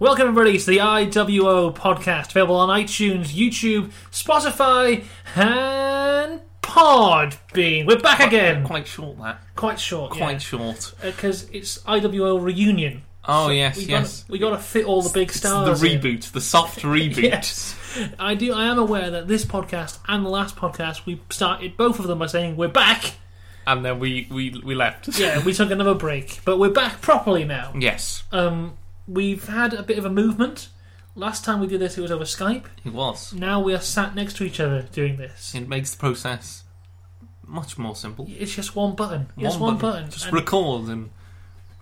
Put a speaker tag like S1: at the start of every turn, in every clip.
S1: Welcome, everybody, to the IWO podcast, available on iTunes, YouTube, Spotify, and Podbean. We're back again.
S2: Quite short that.
S1: Quite short.
S2: Quite short.
S1: Because it's IWO reunion.
S2: Oh yes,
S1: We
S2: yes.
S1: Gotta, we got to fit all the big
S2: It's the
S1: stars. in.
S2: reboot, the soft reboot.
S1: Yes. I do. I am aware that this podcast and the last podcast we started both of them by saying we're back.
S2: And then we, we we left.
S1: Yeah, we took another break, but we're back properly now.
S2: Yes.
S1: Um, we've had a bit of a movement. Last time we did this, it was over Skype.
S2: It was.
S1: Now we are sat next to each other doing this.
S2: It makes the process much more simple.
S1: It's just one button. It's one, button.
S2: Just
S1: and
S2: record and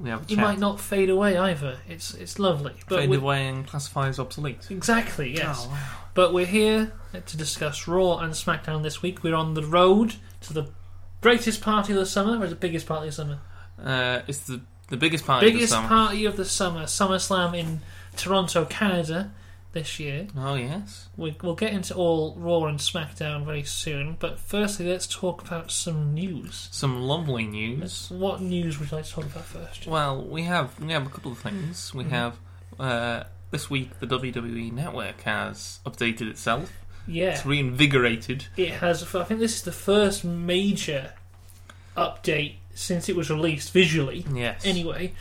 S2: we have a
S1: you
S2: chat.
S1: might not fade away either. It's it's lovely. But
S2: Fade
S1: we-
S2: away and classify as obsolete.
S1: Exactly. Yes.
S2: Oh, wow.
S1: But we're here to discuss Raw and SmackDown this week. We're on the road to the greatest party of the summer, or the biggest party of the summer?
S2: Uh, it's the the biggest part
S1: biggest
S2: of the summer.
S1: party of the summer, SummerSlam in Toronto, Canada, this year.
S2: Oh yes.
S1: We, we'll get into all Raw and SmackDown very soon, but firstly, let's talk about some news.
S2: Some lovely news.
S1: What news would you like to talk about first? Jim?
S2: Well, we have we have a couple of things.
S1: Mm-hmm.
S2: We have uh, this week the WWE network has updated itself.
S1: Yeah,
S2: It's reinvigorated.
S1: it has. I think this is the first major update since it was released visually.
S2: Yes.
S1: Anyway,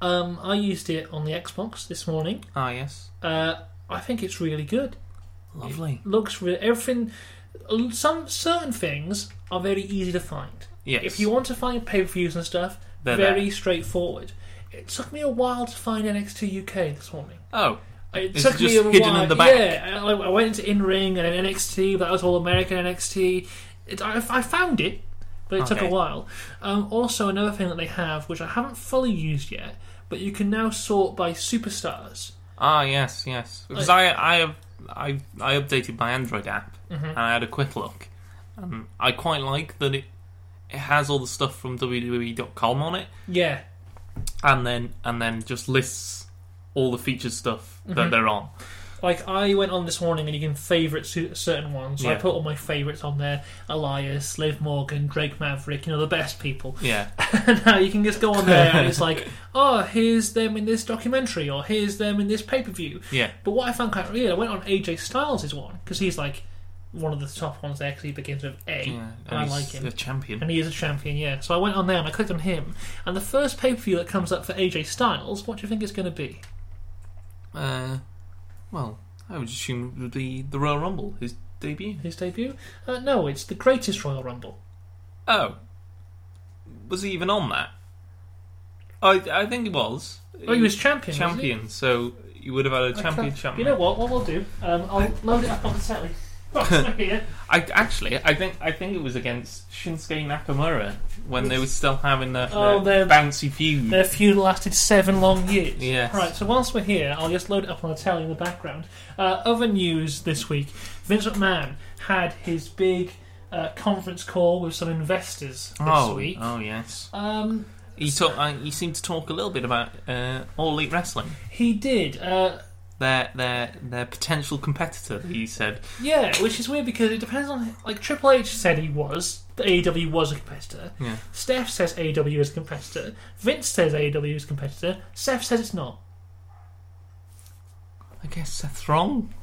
S1: um, I used it on the Xbox this morning.
S2: Ah, yes.
S1: Uh, I think it's really good.
S2: Lovely.
S1: Looks re- everything. Some certain things are very easy to find.
S2: Yes.
S1: If you want to find pay per views and stuff,
S2: They're
S1: very straightforward. It took me a while to find NXT UK this morning.
S2: Oh,
S1: It
S2: It's
S1: took me a
S2: just hidden in
S1: while.
S2: the back.
S1: Yeah, I, I went into in ring and then NXT, but that was all American NXT. It, I, I found it, but it took a
S2: Okay.
S1: while. Um, also, another thing that they have, which I haven't fully used yet, but you can now sort by superstars.
S2: ah, yes, yes. Because I, I have, I, I updated my Android app
S1: Mm-hmm.
S2: and I had a quick look. Um, I quite like that it, it has all the stuff from WWE.com on it,
S1: Yeah,
S2: and then and then just lists all the featured stuff
S1: Mm-hmm.
S2: that they're on.
S1: Like I went on this morning, and you can favourite su- certain ones. So I
S2: Yeah.
S1: put all my favourites on there: Elias, Liv Morgan, Drake Maverick. You know the best people.
S2: Yeah,
S1: and now you can just go on there, and it's like, oh, here's them in this documentary, or here's them in this pay per view.
S2: yeah,
S1: But what I found quite weird, I went on AJ Styles' one because he's like one of the top ones there because he begins with A,
S2: yeah.
S1: and I
S2: he's
S1: like him.
S2: A champion.
S1: And he is a champion, yeah. So I went on there and I clicked on him. And the first pay per view that comes up for AJ Styles, what do you think it's going to be?
S2: Uh, well, I would assume it would be the Royal Rumble, his debut.
S1: His debut? Uh, no, it's the greatest Royal Rumble.
S2: Oh, was he even on that? I I think he was.
S1: Oh, he was champion. wasn't he?
S2: champion, so you would have had a champion champion.
S1: You know what? What we'll do? Um, I'll load it up on the telly. Box right here.
S2: I actually, I think I think it was against Shinsuke Nakamura when they were still having their,
S1: Oh,
S2: their
S1: their-
S2: bouncy feud.
S1: Their feud lasted seven long years.
S2: Yes.
S1: Right. So whilst we're here, I'll just load it up on the telly in the background. Uh, other news this week: Vince McMahon had his big uh, conference call with some investors this
S2: oh,
S1: week.
S2: oh yes.
S1: Um,
S2: He talk, uh, He seemed to talk a little bit about uh, All Elite Wrestling.
S1: he did. Uh,
S2: Their their their potential competitor. He said,
S1: Yeah, which is weird because it depends on like Triple H said he was that AEW was a competitor.
S2: Yeah.
S1: Steph says AEW is a competitor. Vince says AEW is a competitor. Seth says it's not.
S2: "I guess Seth's wrong."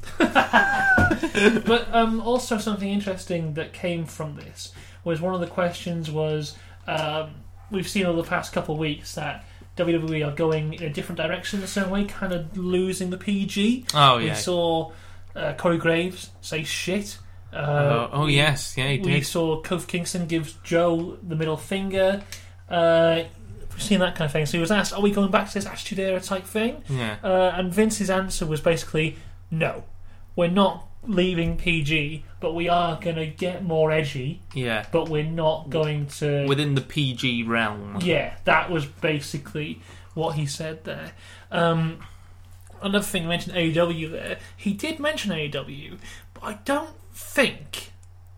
S1: But um, also something interesting that came from this was one of the questions was um, we've seen over the past couple of weeks that WWE are going in a different direction in a certain way, kind of losing the PG.
S2: Oh
S1: we
S2: yeah.
S1: saw uh, Corey Graves say shit. Uh,
S2: Uh, oh
S1: we-
S2: yes, yeah, he
S1: We
S2: did.
S1: saw Kof Kingston gives Joe the middle finger. Uh, we've seen that kind of thing. So he was asked, "Are we going back to this Attitude Era type thing?"
S2: Yeah.
S1: Uh, and Vince's answer was basically, "No, we're not leaving PG, but we are going to get more edgy,
S2: Yeah.
S1: but we're not going to."
S2: Within the PG realm.
S1: yeah, that was basically what he said there. Um, another thing, you mentioned AEW there. He did mention AEW, but I don't think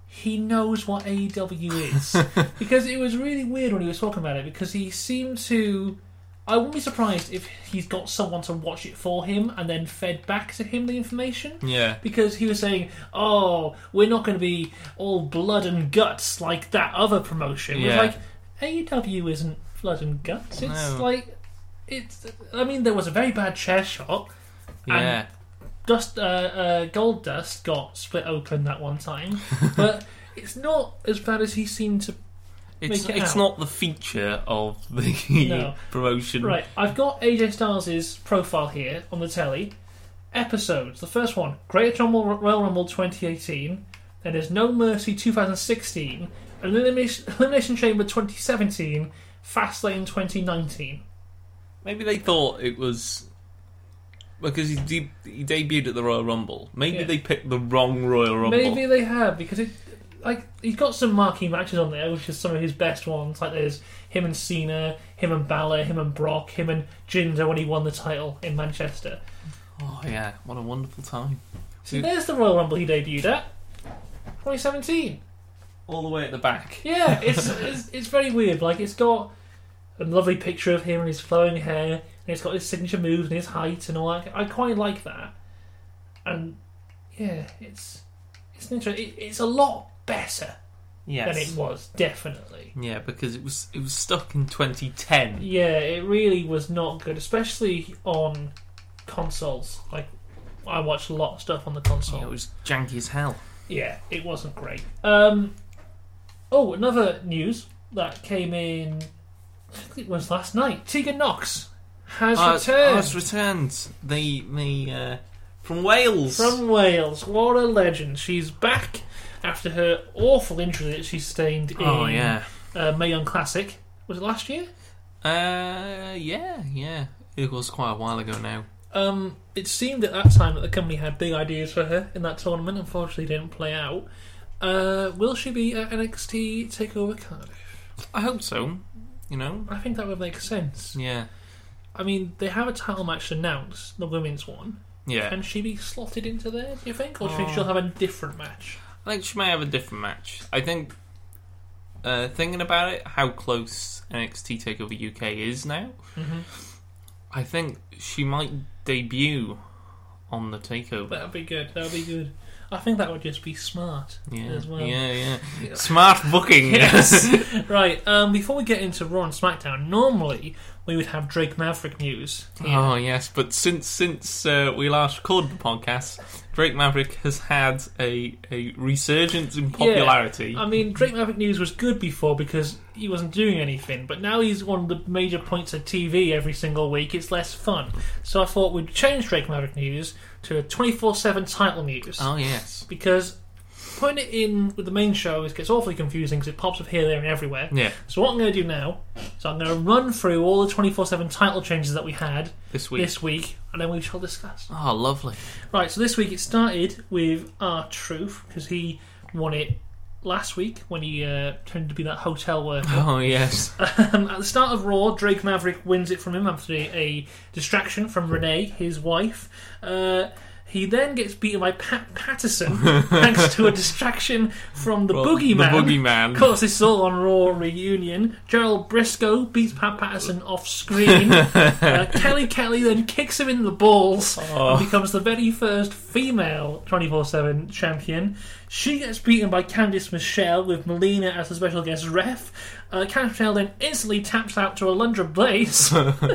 S1: he knows what AEW is. because it was really weird when he was talking about it, because he seemed to. I wouldn't be surprised if he's got someone to watch it for him and then fed back to him the information
S2: Yeah.
S1: because he was saying, "Oh, we're not going to be all blood and guts like that other promotion."
S2: Yeah.
S1: It was like AEW isn't blood and guts. It's
S2: No.
S1: like it's. I mean, there was a very bad chair shot.
S2: Yeah.
S1: Dust, uh, uh, Gold Dust got split open that one time, but it's not as bad as he seemed to.
S2: it's
S1: make it
S2: it's
S1: out.
S2: not the feature of the
S1: No.
S2: promotion.
S1: Right, I've got AJ Styles' profile here on the telly. Episodes: the first one, Great Rumble Royal Rumble 2018, then there's No Mercy 2016, Elimination, Elimination Chamber 2017, Fastlane 2019.
S2: Maybe they thought it was because he, de- he debuted at the Royal Rumble. Maybe
S1: Yeah.
S2: they picked the wrong Royal Rumble.
S1: Maybe they have because it, like he's got some marquee matches on there, which is some of his best ones. Like there's him and Cena, him and Balor, him and Brock, him and Jinder when he won the title in Manchester.
S2: Oh yeah, what a wonderful time!
S1: So
S2: Dude.
S1: there's the Royal Rumble he debuted at, 2017.
S2: All the way at the back.
S1: Yeah, it's it's, it's very weird. Like it's got a lovely picture of him and his flowing hair, and it's got his signature moves and his height and all that. I quite like that, and yeah, it's it's an interesting. It, it's a lot better than it
S2: Yes.
S1: was, definitely.
S2: Yeah, because it was it was stuck in 2010.
S1: Yeah, it really was not good, especially on consoles. Like, I watched a lot of stuff on the console.
S2: Yeah, it was janky as hell.
S1: Yeah, it wasn't great. Um, oh, another news that came in. I think it was last night. Tegan Knox has
S2: Uh,
S1: returned
S2: Has returned. The the uh, from Wales.
S1: from Wales. What a legend! She's back after her awful injury that she sustained in
S2: oh yeah.
S1: uh, Mae Young Classic. Was it last year?
S2: Uh yeah yeah. It was quite a while ago now.
S1: Um, it seemed at that time that the company had big ideas for her in that tournament. Unfortunately, it didn't play out. Uh, will she be at NXT Takeover Cardiff?
S2: I hope so. You know.
S1: I think that would make sense.
S2: Yeah
S1: I mean, they have a title match announced, the women's one.
S2: yeah.
S1: Can she be slotted into there? Do you think, or do you think
S2: Oh.
S1: she'll have a different match?
S2: I think she may have a different match. I think uh, thinking about it, how close NXT Takeover UK is now,
S1: Mm-hmm.
S2: I think she might debut on the takeover.
S1: That'd be good. That'd be good. I think that would just be smart
S2: Yeah,
S1: as well.
S2: yeah, yeah,
S1: Yeah.
S2: Smart booking.
S1: Yes. right. Um, before we get into Raw and SmackDown, normally we would have Drake Maverick news. here.
S2: Oh yes, but since since uh, we last recorded the podcast, Drake Maverick has had a, a resurgence in popularity.
S1: I mean, Drake Maverick News was good before because he wasn't doing anything, but now he's one of the major points of TV every single week. It's less fun. So I thought we'd change Drake Maverick News to a 24 7 title news
S2: Oh yes,
S1: because putting it in with the main show is, gets awfully confusing because it pops up here, there, and everywhere.
S2: yeah.
S1: So what I'm going to do now is I'm going to run through all the 24 7 title changes that we had
S2: This week.
S1: this week, and then we shall discuss.
S2: Oh lovely.
S1: Right, so this week it started with R Truth because he won it last week when he uh, turned to be that hotel worker.
S2: Oh yes.
S1: um, at the start of Raw, Drake Maverick wins it from him after a, a distraction from Renee, his wife. Uh, he then gets beaten by Pat Patterson thanks to a distraction from the boogeyman.
S2: The boogeyman.
S1: Of course, this is all on Raw reunion. Gerald Briscoe beats Pat Patterson off screen. uh, Kelly Kelly then kicks him in the balls
S2: Oh.
S1: and becomes the very first female 24/7 champion. She gets beaten by Candice Michelle with Melina as the special guest ref. Uh, Candice Michelle then instantly taps out to Alundra Blaze.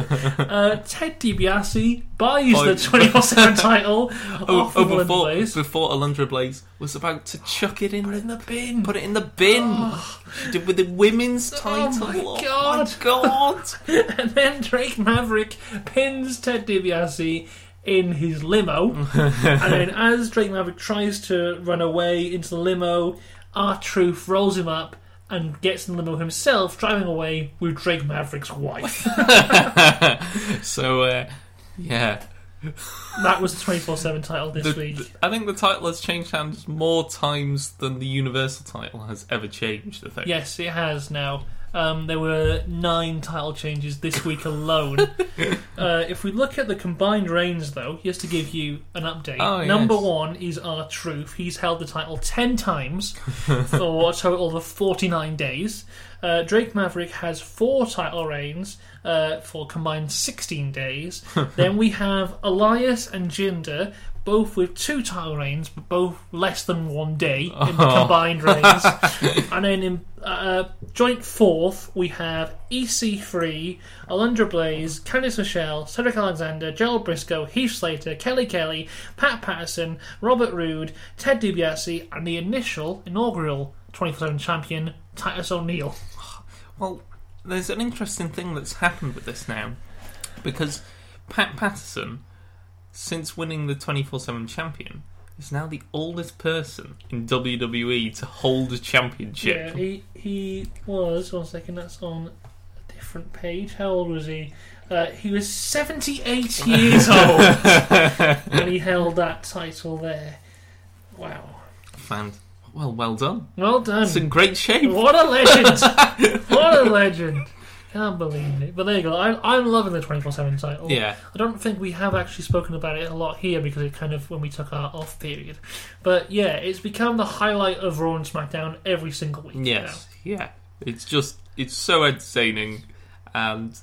S1: uh, Ted DiBiase buys
S2: Oh.
S1: the 24/7 title
S2: Oh,
S1: off
S2: oh
S1: of Alundra
S2: before,
S1: Blaze.
S2: before Alundra Blaze was about to chuck it in,
S1: in the bin.
S2: put it in the bin. She did with the women's title.
S1: Oh. my
S2: Oh my
S1: God.
S2: God.
S1: And then Drake Maverick pins Ted DiBiase in his limo. and then as Drake Maverick tries to run away into the limo, R Truth rolls him up and gets in the limo himself, driving away with Drake Maverick's wife.
S2: so, uh, yeah.
S1: that was the 24 7 title this
S2: The-
S1: week.
S2: the- I think the title has changed hands more times than the Universal title has ever changed, I think.
S1: Yes, it has now. Um, there were nine title changes this week alone. uh, if we look at the combined reigns, though, just to give you an update,
S2: Oh,
S1: number
S2: yes.
S1: one is our Truth. He's held the title ten times for a total of forty nine days. Uh, Drake Maverick has four title reigns uh, for combined 16 days. then we have Elias and Jinder, both with two title reigns, but both less than one day in the
S2: Oh.
S1: combined reigns. and then in uh, joint fourth, we have EC3, Alundra Blaze, Candice Michelle, Cedric Alexander, Gerald Briscoe, Heath Slater, Kelly Kelly, Pat Patterson, Robert Roode, Ted DiBiase, and the initial inaugural 24 7 champion, Titus O'Neil.
S2: Well, there's an interesting thing that's happened with this now, because Pat Patterson, since winning the 24/7 champion, is now the oldest person in WWE to hold a
S1: Yeah,
S2: championship.
S1: he, he was, one second, that's on a different page. How old was he? Uh, he was 78 years old when he held that title there. Wow.
S2: Fan- Well, well done.
S1: Well done.
S2: It's in great shape.
S1: What a legend! what a legend! Can't believe it. But there you go. I'm, I'm loving the 24 7 title.
S2: Yeah,
S1: I don't think we have actually spoken about it a lot here because it kind of when we took our off period. But yeah, it's become the highlight of Raw and SmackDown every single week.
S2: yes, yeah. It's just, it's so entertaining, and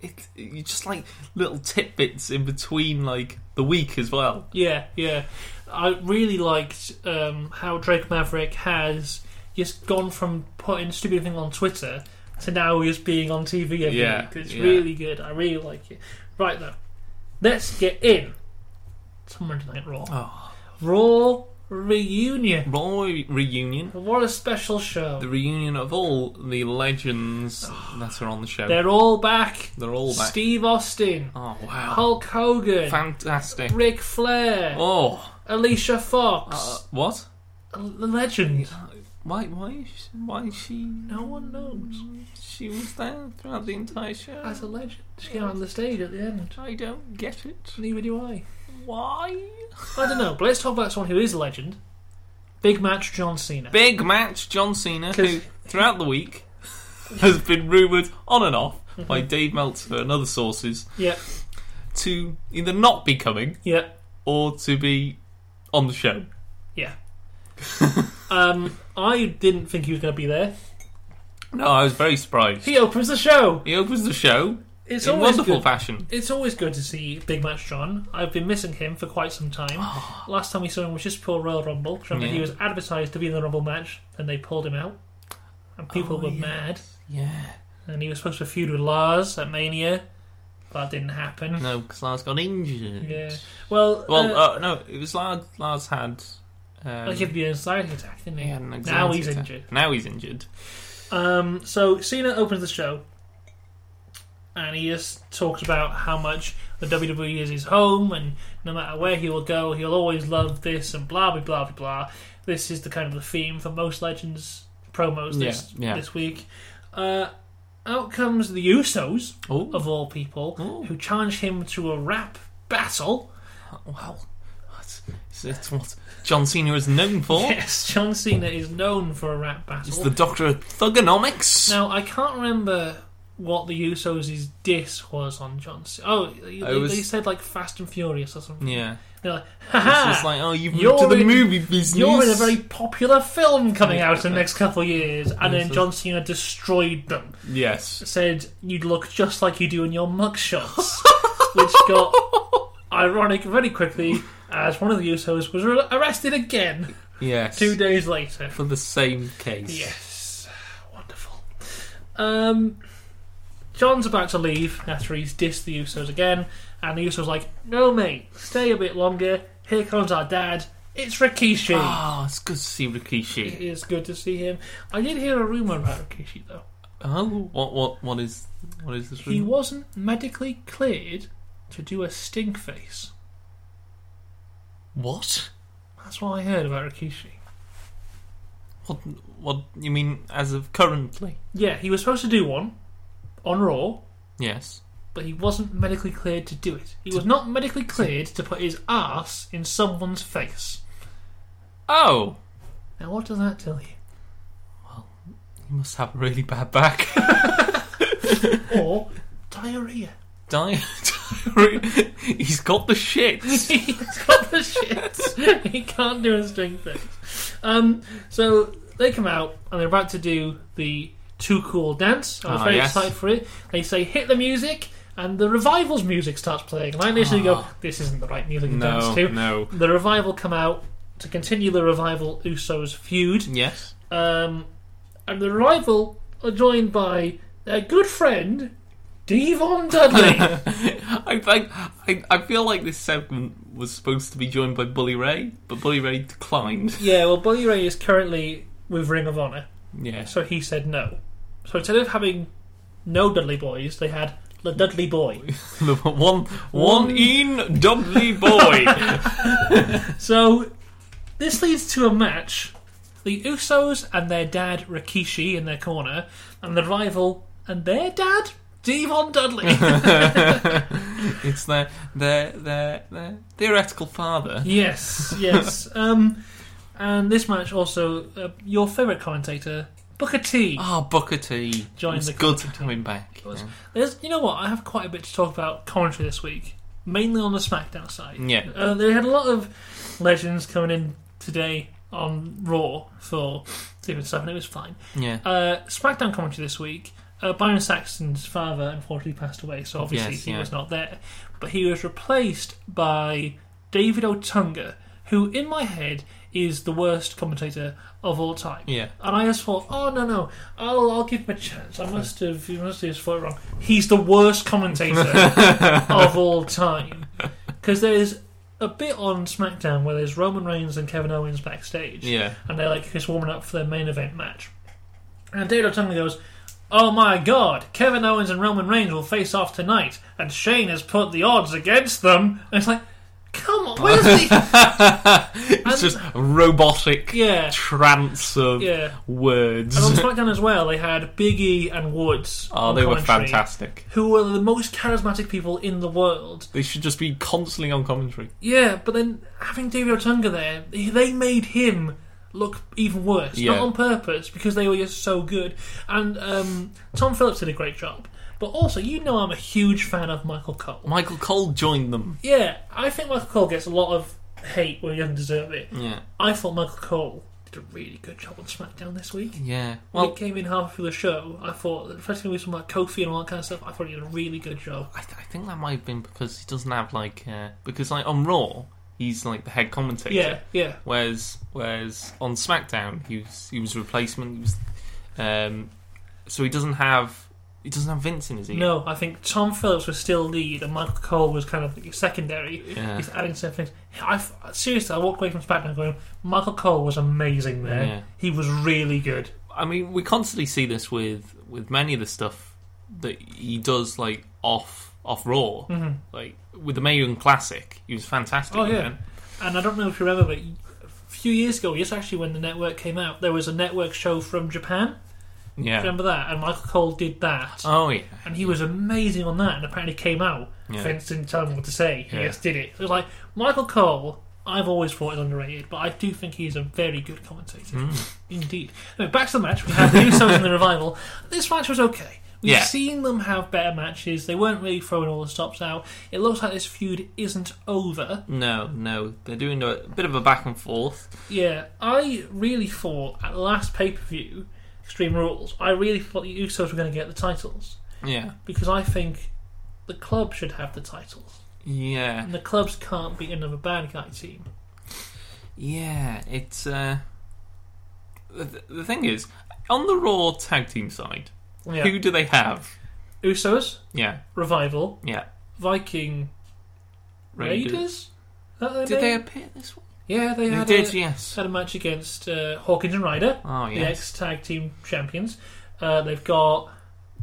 S2: it, you just like little tidbits in between like the week as well.
S1: Yeah, yeah. I really liked um, how Drake Maverick has just gone from putting stupid thing on Twitter to now just being on TV every
S2: Yeah,
S1: week. It's
S2: yeah.
S1: really good. I really like it. Right though, let's get in to Monday Night Raw.
S2: Oh.
S1: Raw reunion.
S2: Raw reunion.
S1: What a special show!
S2: The reunion of all the legends that are on the show. They're,
S1: They're all back.
S2: all back.
S1: Steve Austin,
S2: oh wow!
S1: Hulk Hogan,
S2: Fantastic.
S1: Ric Flair,
S2: Oh,
S1: Alicia
S2: uh,
S1: Fox,
S2: what?
S1: a legend.
S2: Why? Why? is she- Why is she?
S1: No one knows.
S2: She was there throughout the entire show.
S1: That's a legend. She came on the stage at the end.
S2: I don't get it.
S1: Neither do I.
S2: Why?
S1: I don't know, but let's talk about someone who is a legend. Big match John Cena.
S2: Big match John Cena,
S1: 'Cause-
S2: who throughout the week has been rumoured on and off
S1: Mm-hmm.
S2: by Dave Meltzer and other sources
S1: Yeah,
S2: to either not be coming
S1: yeah,
S2: or to be on the show.
S1: yeah. um, I didn't think he was going to be there.
S2: No, I was very surprised.
S1: He opens the show.
S2: He opens the show
S1: It's
S2: in
S1: always
S2: wonderful
S1: good.
S2: fashion.
S1: It's always good to see Big Match John. I've been missing him for quite some time. Last time we saw him was just poor Royal Rumble. 'cause Remember, he
S2: Oh. Yeah.
S1: was advertised to be in the Rumble match, and they pulled him out, and people
S2: Oh,
S1: were
S2: yes.
S1: mad.
S2: Yeah.
S1: And he was supposed to feud with Lars at Mania, but that didn't happen.
S2: No, because Lars got injured.
S1: Yeah. Well,
S2: Well,
S1: uh,
S2: uh, no, it was Lars. Lars had. Um,
S1: like he'd be an anxiety attack, didn't he?
S2: he had an
S1: now
S2: anxiety
S1: he's
S2: attack.
S1: injured.
S2: Now he's injured.
S1: Um, so Cena opens the show, and he just talks about how much the WWE is his home, and no matter where he will go, he'll always love this, and blah blah blah blah blah. This is the kind of the theme for most Legends promos this
S2: Yeah, yeah.
S1: this week. Uh, out comes the Usos
S2: Oh,
S1: of all people,
S2: Ooh.
S1: who challenge him to a rap battle.
S2: well. That's, it's, it's what John Cena is known for.
S1: Yes, John Cena is known for a rap battle.
S2: It's the Doctor of Thugonomics.
S1: Now I can't remember what the Usos' diss was on John. C- oh, they,
S2: It was-
S1: they said like Fast and Furious or something.
S2: Yeah.
S1: They're like,
S2: It's just
S1: haha.
S2: like, oh, you've
S1: You're
S2: moved to the
S1: in-
S2: movie business.
S1: You're in a very popular film coming out in the
S2: Yeah.
S1: next couple of years, and then
S2: Yes.
S1: John Cena destroyed them.
S2: Yes.
S1: Said you'd look just like you do in your mugshots, which got ironic very quickly as one of the Usos was ar- arrested again
S2: Yes.
S1: two days later.
S2: For the same case.
S1: Yes. Wonderful. Um, John's about to leave after he's dissed the Usos again, and the Usos like, no, mate, stay a bit longer. Here comes our dad. It's Rikishi.
S2: Ah, it's good to see
S1: it
S2: Rikishi.
S1: is good to see him. I did hear a rumor about Rikishi though.
S2: Oh, what, what, what is, what is this?
S1: He
S2: room?
S1: wasn't medically cleared to do a stink face.
S2: What?
S1: That's what I heard about Rikishi.
S2: What? What? You mean as of currently?
S1: Yeah, he was supposed to do one on Raw,
S2: Yes.
S1: but he wasn't medically cleared to do it. He was not medically cleared to put his ass in someone's face.
S2: Oh,
S1: Now, what does that tell you?
S2: you must have a really bad back.
S1: Or diarrhea.
S2: Di- diarrhea. He's got the shits.
S1: He's got the shits. he can't do a string thing. Um, so they come out and they're about to do the Too Cool Dance. I was
S2: Ah,
S1: very
S2: yes.
S1: excited for it. They say hit the music, and the revival's music starts playing, and I initially go,
S2: Ah.
S1: "This isn't the right music to
S2: No,
S1: dance to."
S2: no.
S1: The revival come out to continue the revival Usos feud.
S2: Yes.
S1: Um, and the rival are joined by their good friend, Devon Dudley.
S2: I, think I I feel like this segment was supposed to be joined by Bully Ray, but Bully Ray declined.
S1: yeah, well, Bully Ray is currently with Ring of Honor,
S2: Yes.
S1: so he said no. So instead of having no Dudley boys, they had the Dudley boy.
S2: The one one in Dudley boy.
S1: So this leads to a match. The Usos and their dad Rikishi in their corner, and the rival and their dad Devon Dudley.
S2: it's their their their their theoretical father.
S1: yes, yes. Um, and this match also uh, your favourite commentator Booker T.
S2: Ah, Booker T.
S1: Join
S2: it's
S1: the
S2: good
S1: Booker T.
S2: having back.
S1: was- There's, you know what? I have quite a bit to talk about commentary this week, mainly on the SmackDown side.
S2: Yeah.
S1: Uh, they had a lot of legends coming in today on Raw for different stuff, and it was fine.
S2: Yeah.
S1: Uh, SmackDown commentary this week. Uh, Byron Saxton's father unfortunately passed away, so obviously
S2: Yes,
S1: he
S2: yeah.
S1: was not there. But he was replaced by David Otunga, who in my head is the worst commentator of all time.
S2: Yeah.
S1: And I just thought, oh no no, I'll I'll give him a chance. I must have you must have just thought it wrong. He's the worst commentator of all time because there's a bit on SmackDown where there's Roman Reigns and Kevin Owens backstage
S2: Yeah.
S1: and they're like just warming up for their main event match. And David Otunga goes, "Oh my God, Kevin Owens and Roman Reigns will face off tonight, and Shane has put the odds against them." And it's like, come on, where's the
S2: It's just robotic
S1: yeah,
S2: trance of
S1: yeah?
S2: words.
S1: And on SmackDown as well, they had Big E and Woods.
S2: Oh,
S1: on
S2: they were
S1: commentary,
S2: fantastic.
S1: Who were the most charismatic people in the world?
S2: They should just be constantly on commentary.
S1: Yeah, but then having David Otunga there, they made him look even worse.
S2: Yeah.
S1: Not on purpose, because they were just so good. And um, Tom Phillips did a great job. But also, you know I'm a huge fan of Michael Cole.
S2: Michael Cole joined them.
S1: Yeah, I think Michael Cole gets a lot of hate when he doesn't deserve it.
S2: Yeah.
S1: I thought Michael Cole did a really good job on SmackDown this week.
S2: Yeah.
S1: Well,
S2: Well,
S1: when it came in half through the show, I thought, especially when we were talking about Kofi and all that kind of stuff, I thought he did a really good job.
S2: I, th- I think that might have been because he doesn't have like uh, because like on Raw he's like the head commentator.
S1: Yeah, yeah.
S2: Whereas whereas on SmackDown he was he was replacement. He was, um, so he doesn't have he doesn't have Vince in his ear.
S1: No, I think Tom Phillips was still lead, and Michael Cole was kind of like secondary.
S2: Yeah.
S1: He's adding some things. I f- seriously, I walked away from SmackDown going, Michael Cole was amazing there.
S2: Yeah.
S1: He was really good.
S2: I mean, we constantly see this with with many of the stuff that he does, like off off Raw, like with the Mayan Classic. He was fantastic.
S1: Oh, yeah.
S2: man.
S1: And I don't know if you remember, but a few years ago, yes, actually, when the network came out, there was a network show from Japan.
S2: yeah.
S1: Remember that? And Michael Cole did that,
S2: Oh yeah.
S1: and he was amazing on that. And apparently, came out.
S2: Yeah.
S1: Vince didn't tell him what to say. He
S2: Yeah.
S1: just did it. It was like Michael Cole. I've always thought is underrated, but I do think he's a very good commentator.
S2: Mm.
S1: Indeed. Anyway, back to the match. We have the Usos in the revival. This match was okay. We've
S2: Yeah.
S1: seen them have better matches. They weren't really throwing all the stops out. It looks like this feud isn't over.
S2: No, no, they're doing a bit of a back and forth.
S1: Yeah, I really thought at the last pay per view, Extreme Rules, I really thought the Usos were going to get the titles
S2: Yeah,
S1: because I think the club should have the titles.
S2: yeah,
S1: And the clubs can't be another bad guy team.
S2: yeah. It's uh, the, the thing is on the Raw tag team side,
S1: Yeah.
S2: who do they have?
S1: Usos,
S2: Yeah,
S1: Revival,
S2: yeah.
S1: Viking Raiders. Is that their
S2: Did they
S1: name?
S2: appear this week?
S1: Yeah, they,
S2: They
S1: had,
S2: did,
S1: a,
S2: yes.
S1: had a match against uh, Hawkins and Ryder,
S2: Oh
S1: the
S2: yes.
S1: ex tag team champions. Uh, they've got.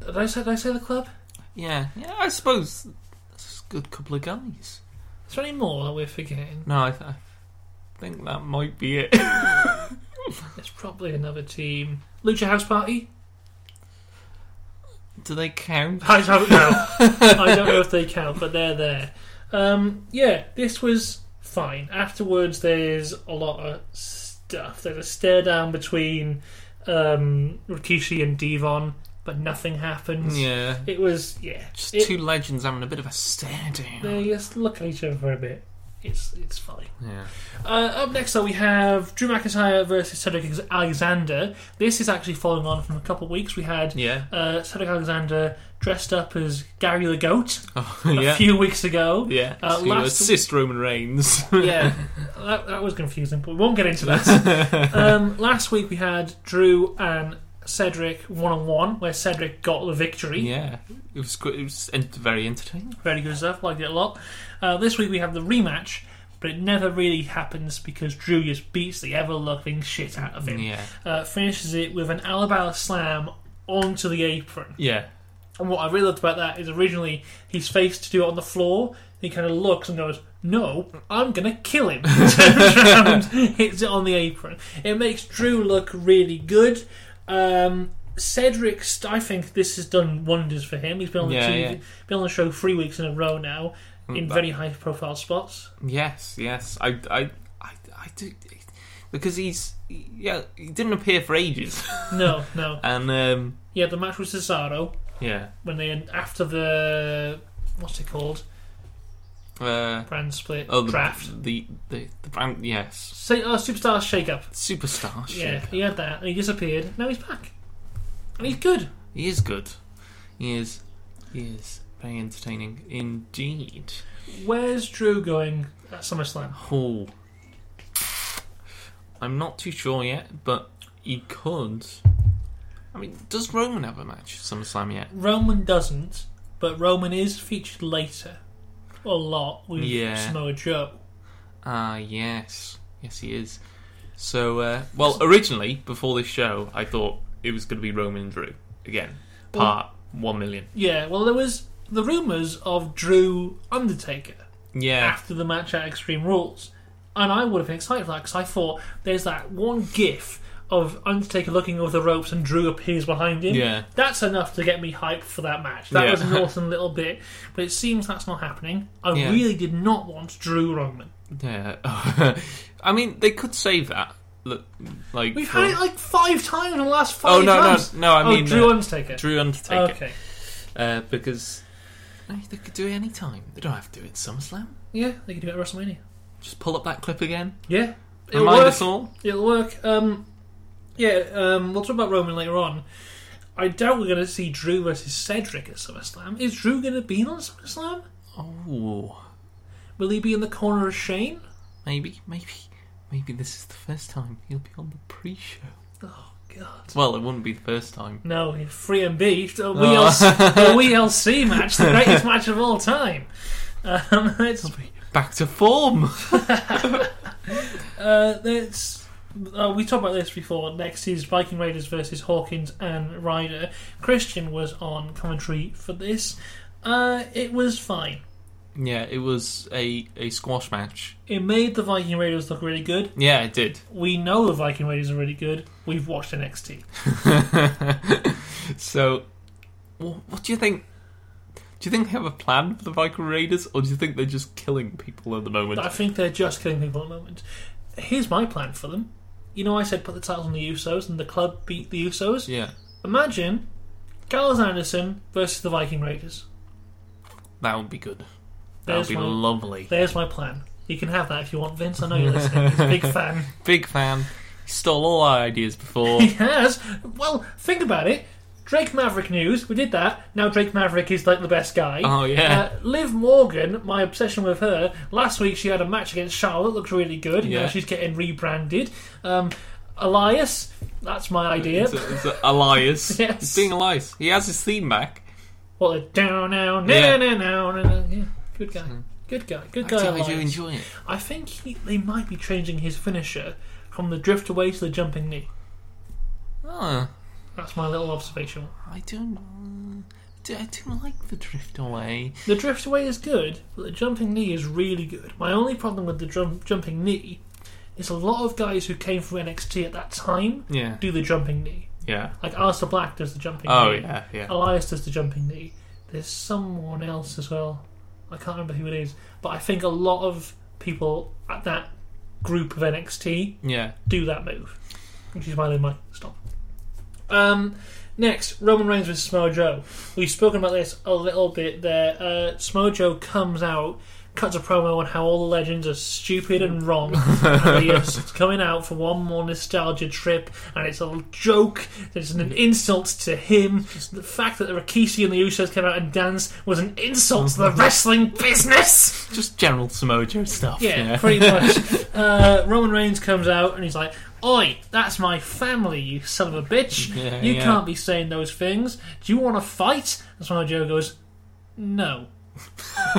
S1: Did I say? Did I say the club?
S2: Yeah, yeah. I suppose that's a good couple of guys.
S1: Is there any more that we're forgetting?
S2: No, I, th- I think that might be it.
S1: There's probably another team. Lucha House Party.
S2: Do they count?
S1: I don't know. I don't know if they count, but they're there. Um, yeah, this was fine. Afterwards, there's a lot of stuff. There's a stare down between um, Rikishi and Devon, but nothing happens.
S2: Yeah,
S1: It was yeah.
S2: just
S1: It-
S2: two legends having a bit of a stare down.
S1: They just look at each other for a bit. It's it's funny.
S2: Yeah.
S1: Uh, up next, though, we have Drew McIntyre versus Cedric Alexander. This is actually following on from a couple of weeks. We had
S2: Yeah.
S1: uh, Cedric Alexander dressed up as Gary the Goat
S2: Oh,
S1: a
S2: yeah.
S1: few weeks ago.
S2: yeah.
S1: uh,
S2: to
S1: last-
S2: assist Roman Reigns.
S1: Yeah, that, that was confusing, but we won't get into that. um, last week we had Drew and Cedric one on one, where Cedric got the victory.
S2: yeah. It was good. It was en- very entertaining.
S1: Very good stuff, liked it a lot. Uh, this week we have the rematch, but it never really happens because Drew just beats the ever loving shit out of him.
S2: Yeah.
S1: Uh, finishes it with an Alabama slam onto the apron.
S2: Yeah.
S1: And what I really loved about that is originally he's faced to do it on the floor. He kind of looks and goes, "No, I'm gonna kill him." Turns around, hits it on the apron. It makes Drew look really good. Um, Cedric, I think this has done wonders for him. He's been on the
S2: Yeah,
S1: TV,
S2: yeah.
S1: been on the show three weeks in a row now in
S2: Mm,
S1: very high profile spots.
S2: Yes, yes. I, I, I, I do. Because he's. Yeah, he didn't appear for ages.
S1: No, no,
S2: and, um,
S1: yeah, the match with Cesaro
S2: yeah.
S1: when they after the what's it called
S2: Uh,
S1: brand split
S2: oh, the,
S1: draft.
S2: The, the, the brand. Yes.
S1: Say, oh, superstar shake up.
S2: Superstar.
S1: Yeah,
S2: shit.
S1: he had that, and he disappeared. Now he's back, and he's good.
S2: He is good. He is. He is very entertaining indeed.
S1: Where's Drew going at SummerSlam?
S2: Oh. I'm not too sure yet, but he could. I mean, does Roman have a match at SummerSlam yet?
S1: Roman doesn't, but Roman is featured later a lot with
S2: Yeah.
S1: Samoa Joe.
S2: Ah, yes. Yes, he is. So, uh, well, originally, before this show, I thought it was going to be Roman and Drew again. Part 1 million.
S1: Yeah, well, there was the rumors of Drew Undertaker
S2: Yeah.
S1: after the match at Extreme Rules, and I would have been excited for that because I thought there's that one GIF of Undertaker looking over the ropes and Drew appears behind him.
S2: Yeah.
S1: That's enough to get me hyped for that match. That
S2: Yeah.
S1: was an awesome little bit, but it seems that's not happening. I
S2: Yeah.
S1: really did not want Drew Roman.
S2: Yeah.
S1: Ah.
S2: I mean, they could save that. Look, like.
S1: We've
S2: for-
S1: had it like five times in the last
S2: Oh,
S1: five
S2: no, no,
S1: months.
S2: no, I
S1: oh,
S2: mean.
S1: Drew
S2: uh,
S1: Undertaker.
S2: Drew Undertaker.
S1: okay.
S2: Uh, because no, they could do it any time. They don't have to do it at SummerSlam.
S1: Yeah, they can do it at WrestleMania.
S2: Just pull up that clip again.
S1: Yeah. It'll
S2: Remind
S1: work.
S2: us all.
S1: It'll work. Um, yeah, um, we'll talk about Roman later on. I doubt we're going to see Drew versus Cedric at SummerSlam. Is Drew going to be on SummerSlam?
S2: Oh,
S1: Will he be in the corner of Shane?
S2: maybe, maybe, maybe this is the first time he'll be on the pre-show.
S1: Oh, God.
S2: Well, it wouldn't be the first time.
S1: No, in free and beef. The, WLC, the WLC match, the greatest match of all time. Um, it's,
S2: Back to form.
S1: uh, it's, uh, we talked about this before. Next is Viking Raiders versus Hawkins and Ryder. Christian was on commentary for this. Uh, it was fine.
S2: yeah, it was a a squash match.
S1: It made the Viking Raiders look really good.
S2: Yeah, it did.
S1: We know the Viking Raiders are really good. We've watched NXT.
S2: so, wh- what do you think? Do you think they have a plan for the Viking Raiders, or do you think they're just killing people at the moment?
S1: I think they're just killing people at the moment. Here's my plan for them. You know, I said put the titles on the Usos, and the club beat the Usos.
S2: Yeah,
S1: Imagine Gallows and Anderson versus the Viking Raiders.
S2: that would be good. That
S1: There's
S2: would be
S1: my,
S2: lovely.
S1: there's my plan. You can have that if you want, Vince. I know you're listening. He's a big fan.
S2: Big fan. He stole all our ideas before.
S1: He has. Well, think about it. Drake Maverick news. We did that. Now Drake Maverick is like the best guy.
S2: Oh, yeah.
S1: Uh, Liv Morgan, my obsession with her. Last week she had a match against Charlotte. Looked really good. Now
S2: Yeah.
S1: she's getting rebranded. Um, Elias. That's my idea.
S2: It's a- it's a- Elias.
S1: Yes.
S2: He's being Elias. He has his theme back.
S1: Well, the down, down,
S2: Yeah.
S1: down, down, down, down. Yeah. Good guy. Good guy. Good guy.
S2: Actually, I do
S1: Elias.
S2: enjoy it.
S1: I think he, they might be changing his finisher from the drift away to the jumping knee.
S2: Oh,
S1: That's my little observation.
S2: I do, do. I do like the drift away.
S1: The drift away is good, but the jumping knee is really good. My only problem with the jump, jumping knee is a lot of guys who came from NXT at that time
S2: Yeah.
S1: do the jumping knee.
S2: Yeah.
S1: Like Alistair Black does the jumping
S2: Oh
S1: knee.
S2: yeah. Yeah.
S1: Elias does the jumping knee. There's someone else as well. I can't remember who it is, but I think a lot of people at that group of NXT
S2: Yeah.
S1: do that move, which is why they might stop. Um, next, Roman Reigns versus Samoa Joe. We've spoken about this a little bit there. Uh, Samoa Joe comes out cuts a promo on how all the legends are stupid and wrong. and he is coming out for one more nostalgia trip, and it's a joke. It's an insult to him. The fact that the Rikishi and the Usos came out and danced was an insult to the wrestling business.
S2: Just general Samoa Joe stuff.
S1: Yeah, pretty much. Uh, Roman Reigns comes out and he's like, Oi, that's my family, you son of a bitch.
S2: Yeah,
S1: you
S2: yeah.
S1: can't be saying those things. Do you want to fight? And Samoa Joe goes, No.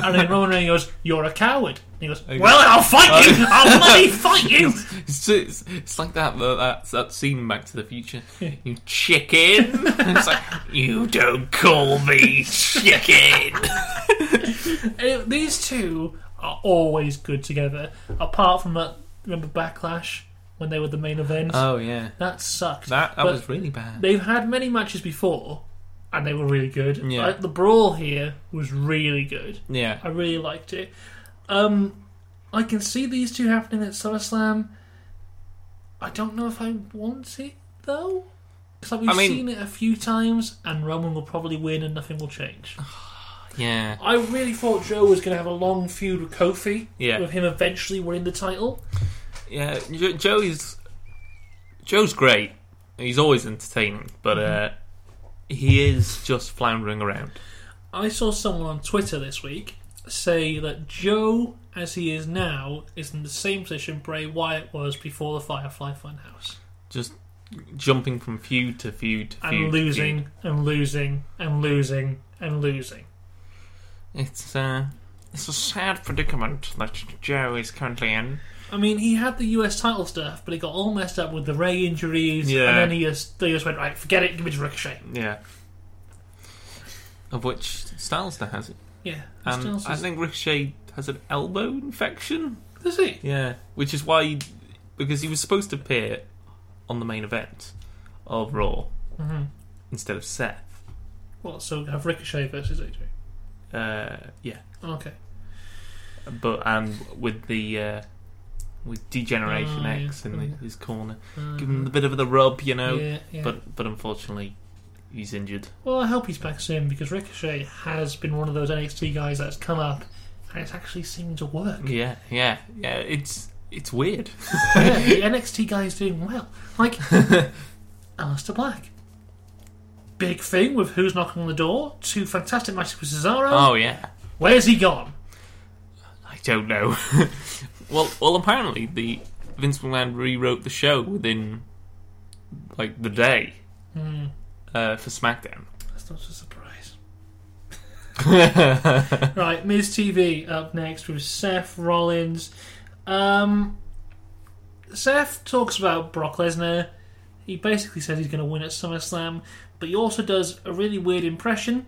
S1: and then Roman Reigns goes, You're a coward. And he goes, Well, I'll fight you! I'll bloody fight you!
S2: It's, it's, it's like that, uh, that that scene in Back to the Future. You chicken. And it's like you don't call me chicken.
S1: Uh, These two are always good together, apart from that, remember Backlash when they were the main event?
S2: oh yeah,
S1: that sucked.
S2: that that
S1: But-
S2: was really bad.
S1: They've had many matches before, and they were really good.
S2: Yeah.
S1: Like, the brawl here was really good.
S2: yeah,
S1: I really liked it. Um, I can see these two happening at SummerSlam. I don't know if I want it though, because we've
S2: I mean-
S1: seen it a few times, and Roman will probably win, and nothing will change.
S2: yeah,
S1: I really thought Joe was going to have a long feud with Kofi,
S2: Yeah.
S1: with him eventually winning the title.
S2: yeah. Jo- Joe is Joe's great. He's always entertaining, but
S1: Mm-hmm.
S2: uh, he is just floundering around.
S1: I saw someone on Twitter this week say that Joe, as he is now, is in the same position Bray Wyatt was before the Firefly Funhouse,
S2: just jumping from feud to feud to
S1: and
S2: feud. to
S1: losing
S2: feud.
S1: and losing and losing and losing.
S2: It's uh, it's a sad predicament that Joe is currently in.
S1: I mean, he had the US title stuff, but he got all messed up with the Ray injuries,
S2: Yeah.
S1: and then he just they just went right, forget it, give it to Ricochet.
S2: Yeah. Of which Styles now has it.
S1: Yeah,
S2: Um,
S1: Styles
S2: I
S1: is-
S2: think Ricochet has an elbow infection.
S1: does he?
S2: Yeah, which is why, he, because he was supposed to appear on the main event of Raw instead of Seth.
S1: Well, Mm-hmm. so have Ricochet versus AJ.
S2: Uh, yeah,
S1: Okay,
S2: but um, with the uh, with
S1: Oh,
S2: Degeneration
S1: yeah.
S2: X in the, his corner.
S1: Uh,
S2: give him a bit of the rub, you know.
S1: yeah, yeah.
S2: But but unfortunately, he's injured.
S1: Well, I hope he's back soon because Ricochet has been one of those NXT guys that's come up and it's actually seemed to work.
S2: Yeah, yeah, yeah. It's it's weird.
S1: yeah, the NXT guy is doing well. Like Alistair Black. Big thing with who's knocking on the door, two fantastic matches with Cesaro.
S2: oh yeah,
S1: Where's he gone?
S2: I don't know. well, well, apparently the Vince McMahon rewrote the show within like the day
S1: Mm.
S2: uh, for SmackDown.
S1: That's not a surprise. right, Ms. TV up next with Seth Rollins. Um, Seth talks about Brock Lesnar. He basically says he's going to win at SummerSlam, but he also does a really weird impression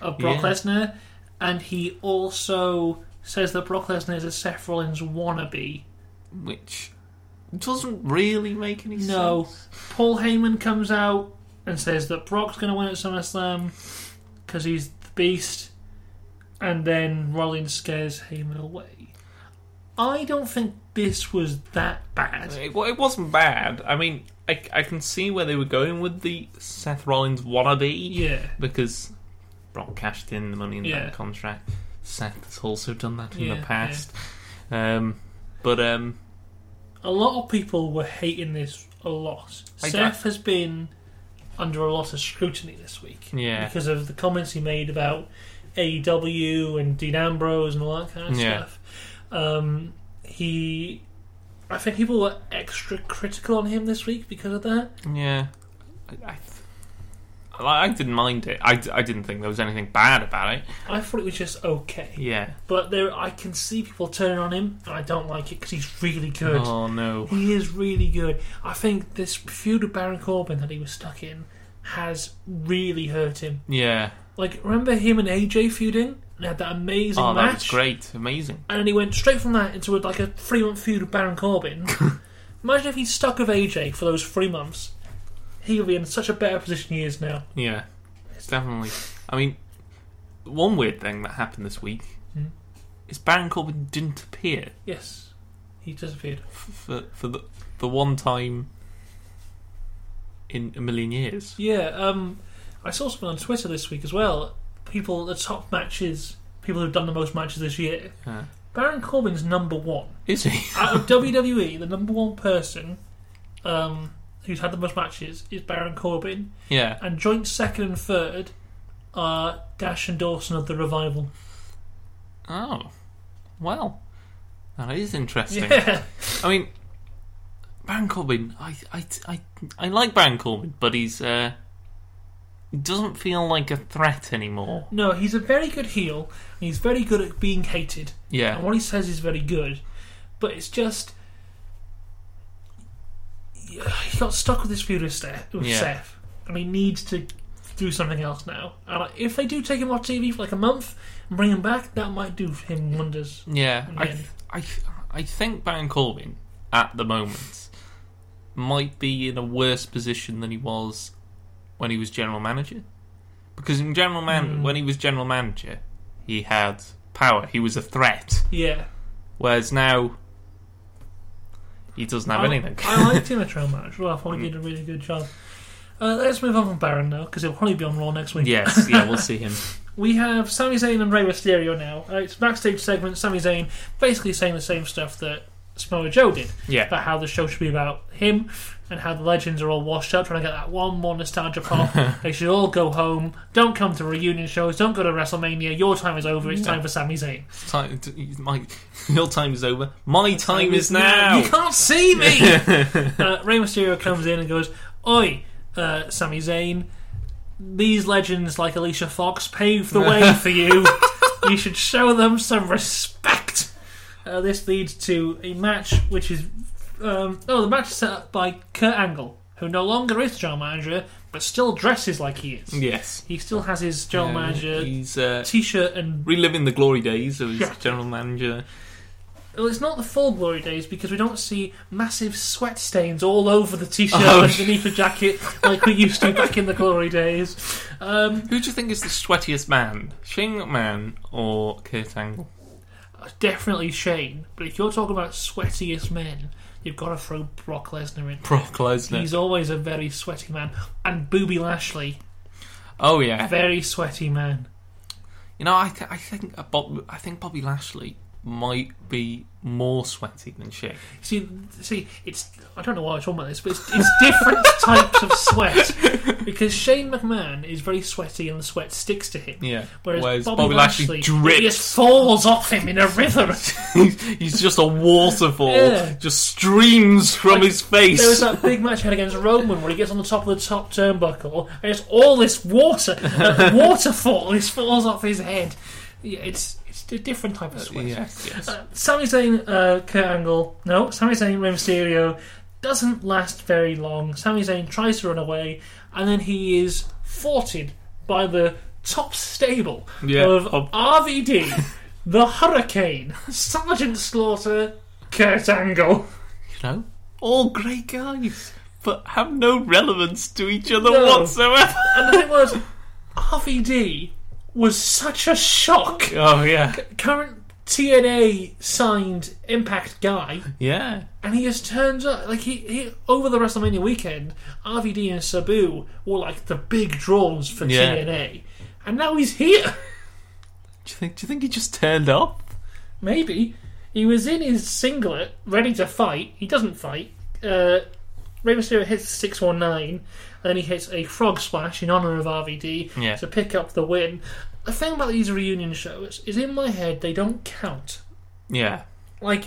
S1: of Brock
S2: Yeah.
S1: Lesnar, and he also says that Brock Lesnar is a Seth Rollins wannabe.
S2: which doesn't really make any sense.
S1: No. Paul Heyman comes out and says that Brock's going to win at SummerSlam because he's the beast, and then Rollins scares Heyman away. I don't think this was that bad.
S2: It, wa- it wasn't bad. I mean, I, I can see where they were going with the Seth Rollins wannabe.
S1: Yeah.
S2: because Brock cashed in the money in
S1: Yeah.
S2: that contract. Seth has also done that in
S1: Yeah,
S2: the past. Um, but um,
S1: A lot of people were hating this a lot.
S2: I-
S1: Seth has been under a lot of scrutiny this week
S2: Yeah.
S1: because of the comments he made about AEW and Dean Ambrose and all that kind of
S2: Yeah.
S1: stuff. Um, he, I think people were extra critical on him this week because of that.
S2: yeah, I, I, I didn't mind it. I, I didn't think there was anything bad about it.
S1: I thought it was just okay,
S2: Yeah.
S1: but there I can see people turning on him, and I don't like it because he's really good.
S2: Oh no.
S1: He is really good. I think this feud with Baron Corbin that he was stuck in has really hurt him.
S2: Yeah.
S1: Like, remember him and AJ feuding? They had that amazing
S2: Oh, that was
S1: match.
S2: great. Amazing.
S1: And then he went straight from that into like a three month feud with Baron Corbin. Imagine if he's stuck with AJ for those three months. He'll be in such a better position he is now.
S2: Yeah. It's definitely. I mean, one weird thing that happened this week is Baron Corbin didn't appear
S1: Yes, he disappeared.
S2: for for the the one time in a million years.
S1: Yeah, um, I saw something on Twitter this week as well. People, the top matches, people who've done the most matches this year,
S2: Yeah.
S1: Baron Corbin's number one.
S2: Uh, Is he?
S1: Out of WWE, the number one person um, who's had the most matches is Baron Corbin,
S2: yeah.
S1: and joint second and third are Dash and Dawson of the Revival.
S2: Oh. Well. That is interesting.
S1: Yeah,
S2: I mean, Baron Corbin. I, I, I, I like Baron Corbin, but he's uh, he doesn't feel like a threat anymore.
S1: no, he's a very good heel. And he's very good at being hated, and
S2: Yeah,
S1: what he says is very good, but it's just. He got stuck with this feud with Seth, with
S2: Yeah.
S1: Seth, and he needs to do something else now. And like, if they do take him off TV for like a month and bring him back, that might do him wonders.
S2: yeah. I,
S1: Yeah.
S2: I, I think Baron Corbin at the moment might be in a worse position than he was when he was general manager, because in general man
S1: Hmm.
S2: when he was general manager, he had power. He was a threat.
S1: Yeah,
S2: Whereas now, he doesn't have
S1: I,
S2: anything.
S1: I liked him at Trail Match. Well, I thought
S2: Mm.
S1: he did a really good job. Uh, let's move on from Baron now, because he'll probably be on Raw next week.
S2: yes, yeah, we'll see him.
S1: We have Sami Zayn and Rey Mysterio now. Uh, it's a backstage segment. Sami Zayn basically saying the same stuff that Samoa Joe did
S2: Yeah.
S1: about how the show should be about him and how the legends are all washed up, trying to get that one more nostalgia pop. they should all go home. Don't come to reunion shows. Don't go to WrestleMania. Your time is over. It's
S2: Yeah.
S1: time for Sami Zayn.
S2: time, t- my, your time is over. My time, is now.
S1: Um, You can't see me. uh, Rey Mysterio comes in and goes, "Oi, uh, Sami Zayn, these legends like Alicia Fox paved the way for you. you should show them some respect." Uh, this leads to a match which is um, oh, the match is set up by Kurt Angle, who no longer is general manager but still dresses like he is.
S2: yes.
S1: He still has his general
S2: Yeah,
S1: manager
S2: He's uh,
S1: t-shirt and
S2: reliving the glory days of his
S1: Yeah.
S2: general manager.
S1: Well, it's not the full glory days because we don't see massive sweat stains all over the t-shirt
S2: Oh.
S1: underneath the jacket like we used to back in the glory days. Um,
S2: Who do you think is the sweatiest man? Shane McMahon or Kurt Angle?
S1: definitely Shane, but if you're talking about sweatiest men, you've got to throw Brock Lesnar in.
S2: Brock Lesnar.
S1: He's always a very sweaty man, and Booby Lashley,
S2: oh yeah.
S1: very sweaty man.
S2: You know, I, th- I think uh, Bob, I think Bobby Lashley might be more sweaty than Shane.
S1: See, see, it's I don't know why I'm talking about this, but it's, it's different types of sweat because Shane McMahon is very sweaty and the sweat sticks to him.
S2: Yeah.
S1: Whereas, Bobby, Lashley,
S2: drips.
S1: it just falls off him in a river.
S2: He's just a waterfall,
S1: Yeah.
S2: just streams from
S1: Like,
S2: his face.
S1: there was that big match he had against Roman where he gets on the top of the top turnbuckle and it's all this water, uh, waterfall, this falls off his head. Yeah, it's it's a different type of sweat.
S2: Yes, yes.
S1: Uh, Sami Zayn, uh, Kurt Angle, no, Sami Zayn, Rey Mysterio doesn't last very long. Sami Zayn tries to run away and then he is thwarted by the top stable
S2: Yeah,
S1: of
S2: of-
S1: RVD, the Hurricane, Sergeant Slaughter, Kurt Angle.
S2: You know, all great guys, but have no relevance to each other
S1: No.
S2: whatsoever.
S1: And the thing was, RVD was such a shock.
S2: Oh yeah,
S1: Current TNA signed Impact guy,
S2: yeah,
S1: and he just turns up like he, he over the WrestleMania weekend. RVD and Sabu were like the big draws for
S2: Yeah.
S1: TNA, and now he's here.
S2: do you think? Do you think he just turned up?
S1: Maybe. He was in his singlet, ready to fight. He doesn't fight. Uh, Rey Mysterio hits 619, and then he hits a frog splash in honour of RVD
S2: Yeah.
S1: to pick up the win. The thing about these reunion shows is in my head, they don't count.
S2: Yeah,
S1: Like,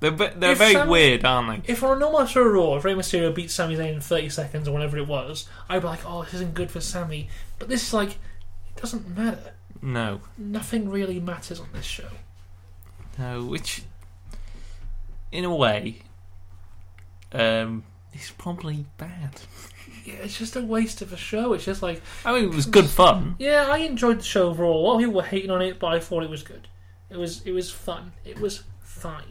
S2: they're ve- they're
S1: If
S2: very
S1: some-
S2: weird, aren't they?
S1: if on a normal show Raw, if Rey Mysterio beats Sami Zayn in 30 seconds or whatever it was, I'd be like, oh, this isn't good for Sami. But this is like, it doesn't matter.
S2: No,
S1: Nothing really matters on this show.
S2: no. Which, in a way, um, is probably bad.
S1: Yeah, it's just a waste of a show. It's just like,
S2: I mean, it was good fun.
S1: Yeah, I enjoyed the show overall. A lot of people were hating on it, but I thought it was good. It was it was fun. It was fine.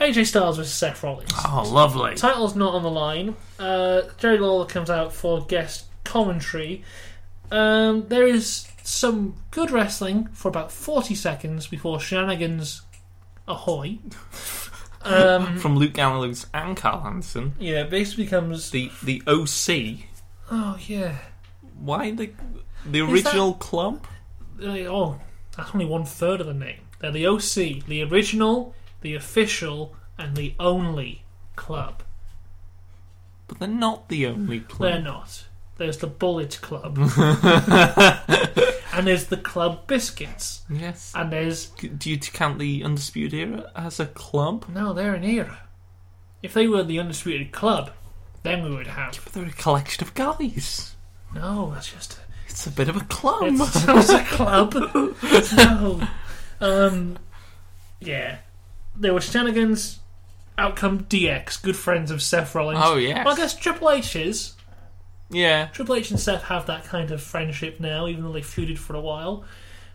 S1: AJ Styles versus Seth Rollins.
S2: Oh, lovely.
S1: Title's not on the line. Uh, Jerry Lawler comes out for guest commentary. Um, there is some good wrestling for about forty seconds before shenanigans ahoy. Um,
S2: From Luke Gallows and Carl Hansen,
S1: yeah, basically becomes
S2: the the OC.
S1: oh yeah.
S2: Why the the
S1: that-
S2: original club?
S1: Uh, oh, That's only one third of the name. They're the OC, the original, the official, and the only club.
S2: But they're not the only
S1: They're
S2: club.
S1: not. There's the Bullet Club, and there's the Club Biscuits,
S2: yes.
S1: and there's
S2: C- Do you count the Undisputed Era as a club?
S1: no, they're an era. If they were the undisputed club, then we would have
S2: But they're a collection of guys.
S1: no. That's just
S2: It's a bit of a club.
S1: it's just a club. no, um, yeah. There were shenanigans. Outcome DX, good friends of Seth Rollins.
S2: Oh, yes.
S1: Well, I guess Triple H is.
S2: yeah.
S1: Triple H and Seth have that kind of friendship now, even though they feuded for a while.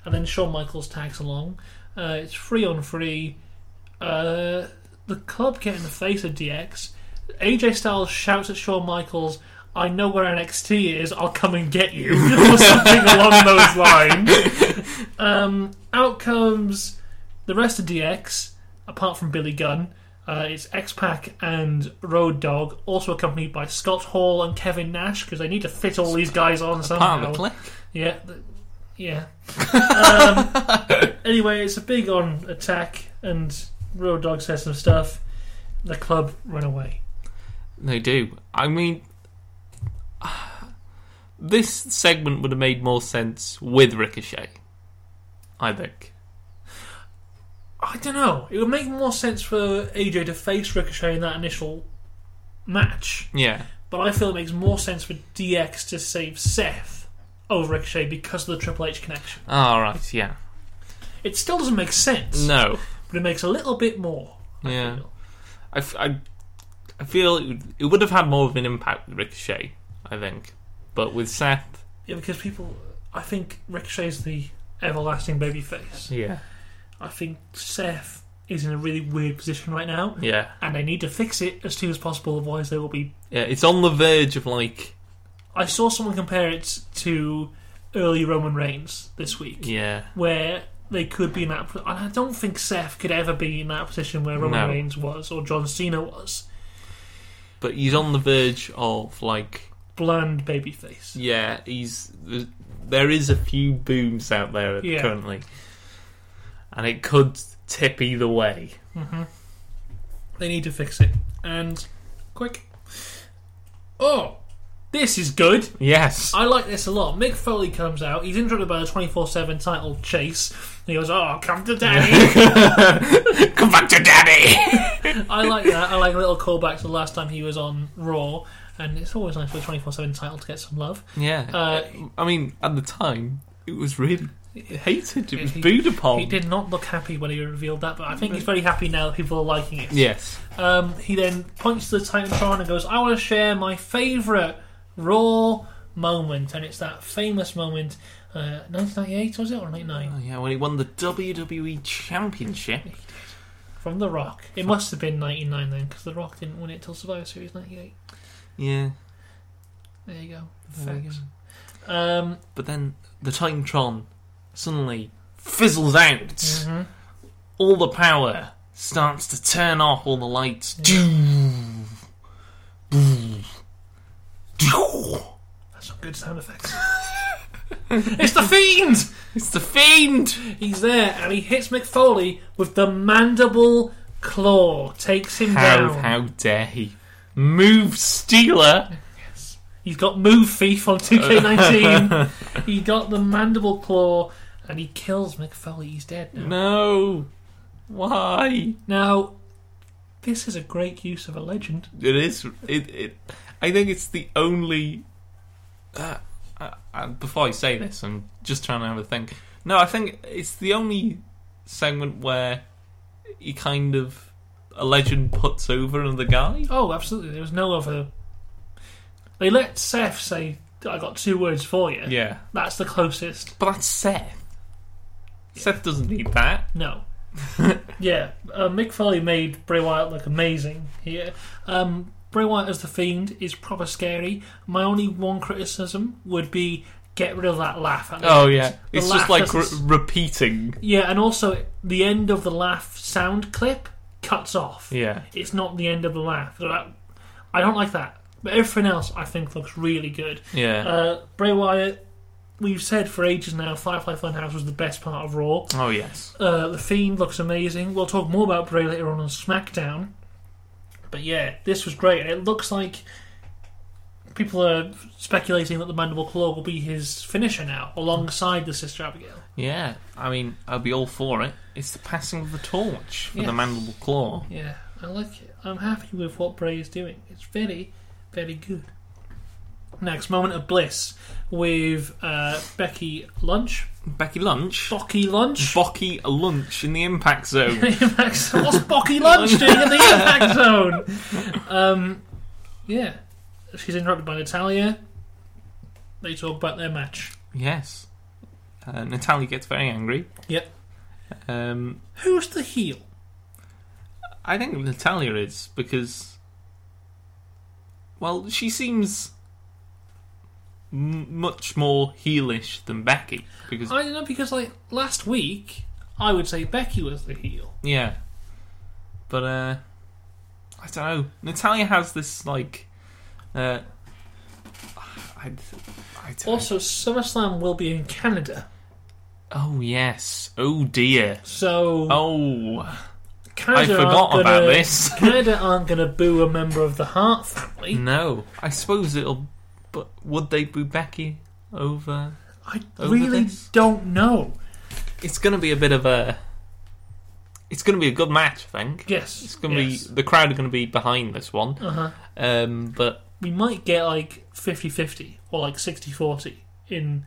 S1: And then Shawn Michaels tags along. Uh, it's free on free. Uh, the club get in the face of DX. AJ Styles shouts at Shawn Michaels, I know where NXT is, I'll come and get you. or something along those lines. Um, out comes the rest of DX, apart from Billy Gunn. Uh, it's X Pac and Road Dog, also accompanied by Scott Hall and Kevin Nash, because they need to fit all these guys on
S2: Part of
S1: somehow.
S2: the clique.
S1: Yeah, th- yeah. um, anyway, it's a big on attack, and Road Dog says some stuff. The club run away.
S2: They do. I mean, this segment would have made more sense with Ricochet. I think.
S1: I don't know. It would make more sense for AJ to face Ricochet in that initial match.
S2: Yeah.
S1: But I feel it makes more sense for DX to save Seth over Ricochet because of the Triple H connection.
S2: All right. Yeah.
S1: It still doesn't make sense,
S2: No.
S1: but it makes a little bit more. I
S2: Yeah.
S1: feel.
S2: I, f- I, I feel it would, it would have had more of an impact with Ricochet. I think, but with Seth.
S1: Yeah, because people, I think Ricochet's the everlasting babyface.
S2: Yeah.
S1: I think Seth is in a really weird position right now,
S2: Yeah.
S1: and they need to fix it as soon as possible. Otherwise, they will be.
S2: Yeah. It's on the verge of like.
S1: I saw someone compare it to early Roman Reigns this week.
S2: Yeah.
S1: where they could be in that. And I don't think Seth could ever be in that position where Roman
S2: No.
S1: Reigns was or John Cena was.
S2: But he's on the verge of like.
S1: Bland babyface.
S2: Yeah. He's. There is a few booms out there
S1: Yeah.
S2: currently, and it could tip either way.
S1: Mm-hmm. They need to fix it and quick. Oh, this is good.
S2: Yes.
S1: I like this a lot. Mick Foley comes out. He's interrupted by the twenty four seven title chase. And he goes, "Oh, come to daddy."
S2: Come back to daddy.
S1: I like that. I like a little callback to the last time he was on Raw. And it's always nice for the twenty four seven title to get some love.
S2: Yeah.
S1: Uh,
S2: I mean, at the time, it was really hated. It was
S1: He-
S2: booed upon.
S1: He did not look happy when he revealed that, but I think he's very happy now that people are liking it.
S2: Yes.
S1: Um, he then points to the Titantron and goes, I want to share my favourite Raw moment. And it's that famous moment, uh, 1998, was it? Or 99?
S2: Oh, yeah, when he won the WWE Championship.
S1: From The Rock. It must have been 99 then, because The Rock didn't win it till Survivor Series 98.
S2: Yeah.
S1: There you go.
S2: there we
S1: Facts.
S2: go.
S1: Um,
S2: But then the Titantron suddenly fizzles out.
S1: mhm.
S2: All the power starts to turn off all the lights.
S1: That's some good sound effects. it's The Fiend!
S2: It's the Fiend!
S1: He's there and he hits McFoley with the mandible claw, takes him
S2: How,
S1: down.
S2: how dare he? Move Stealer!
S1: He's got Move Thief on 2K19. he got the mandible claw and he kills McFoley. He's dead now.
S2: No! Why?
S1: Now, this is a great use of a legend.
S2: It is. It. it I think it's the only. Uh, uh, uh, before I say this, I'm just trying to have a think. No, I think it's the only segment where he kind of a legend puts over another guy.
S1: Oh, absolutely. There was no other. They let Seth say, I got two words for you.
S2: Yeah,
S1: That's the closest.
S2: but that's Seth. Seth doesn't need that.
S1: No. yeah, uh, Mick Foley made Bray Wyatt look amazing here. Um, Bray Wyatt as the Fiend is proper scary. My only one criticism would be get rid of that laugh. at the
S2: Oh
S1: end.
S2: yeah,
S1: The
S2: it's
S1: laugh
S2: just like re-
S1: doesn't-
S2: repeating.
S1: yeah, and also the end of the laugh sound clip cuts off.
S2: Yeah,
S1: It's not the end of the laugh. So that- I don't like that. But everything else I think looks really good.
S2: yeah.
S1: Uh, Bray Uh, Wyatt we've said for ages now, Firefly Funhouse was the best part of Raw.
S2: Oh yes.
S1: Uh, the Fiend looks amazing. We'll talk more about Bray later on on SmackDown. But yeah, this was great. It looks like people are speculating that the Mandible Claw will be his finisher now, alongside the Sister Abigail.
S2: Yeah. I mean, I'll be all for it. It's the passing of the torch for
S1: Yes.
S2: the mandible claw.
S1: Yeah, I like it. I'm happy with what Bray is doing. It's very, very good. Next moment of bliss with uh, Becky Lunch.
S2: Becky Lunch.
S1: Bocky Lunch.
S2: Bocky lunch in the impact zone.
S1: Impact Zone. What's Bocky Lunch doing in the Impact Zone? Um, yeah. She's interrupted by Natalia. They talk about their match.
S2: yes. Uh, Natalia gets very angry.
S1: Yep.
S2: Um,
S1: Who's the heel?
S2: I think Natalia is because, well, she seems m- much more heelish than Becky because
S1: I don't know because like last week I would say Becky was the heel.
S2: yeah, but uh, I don't know. Natalia has this like, uh, I, I don't
S1: Also, SummerSlam will be in Canada,
S2: oh yes, oh dear,
S1: so
S2: oh I
S1: Canada
S2: forgot
S1: aren't
S2: about
S1: gonna-
S2: this.
S1: Canada aren't going to boo a member of the Hart family.
S2: no, I suppose it'll. But would they boo Becky over?
S1: I
S2: Over
S1: really
S2: this?
S1: don't know.
S2: it's going to be a bit of a. It's going to be a good match, I think.
S1: Yes,
S2: It's going to be the crowd are going to be behind this one,
S1: Uh huh.
S2: um, but
S1: we might get like 50-50 or like 60-40 in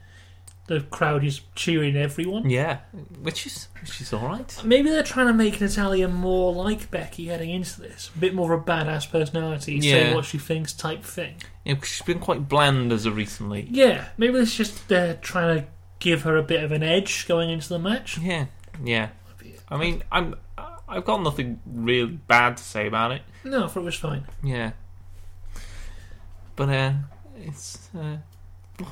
S1: the crowd is cheering everyone.
S2: yeah, which is which is all right.
S1: Maybe they're trying to make Natalia more like Becky heading into this. A bit more of a badass personality, say
S2: Yeah.
S1: what she thinks type thing.
S2: Yeah, 'cause she's been quite bland as of recently.
S1: Yeah, maybe it's just they're trying to give her a bit of an edge going into the match.
S2: Yeah, yeah. I mean, I'm I've got nothing really bad to say about it.
S1: No, I thought it was fine.
S2: Yeah, but uh, it's uh,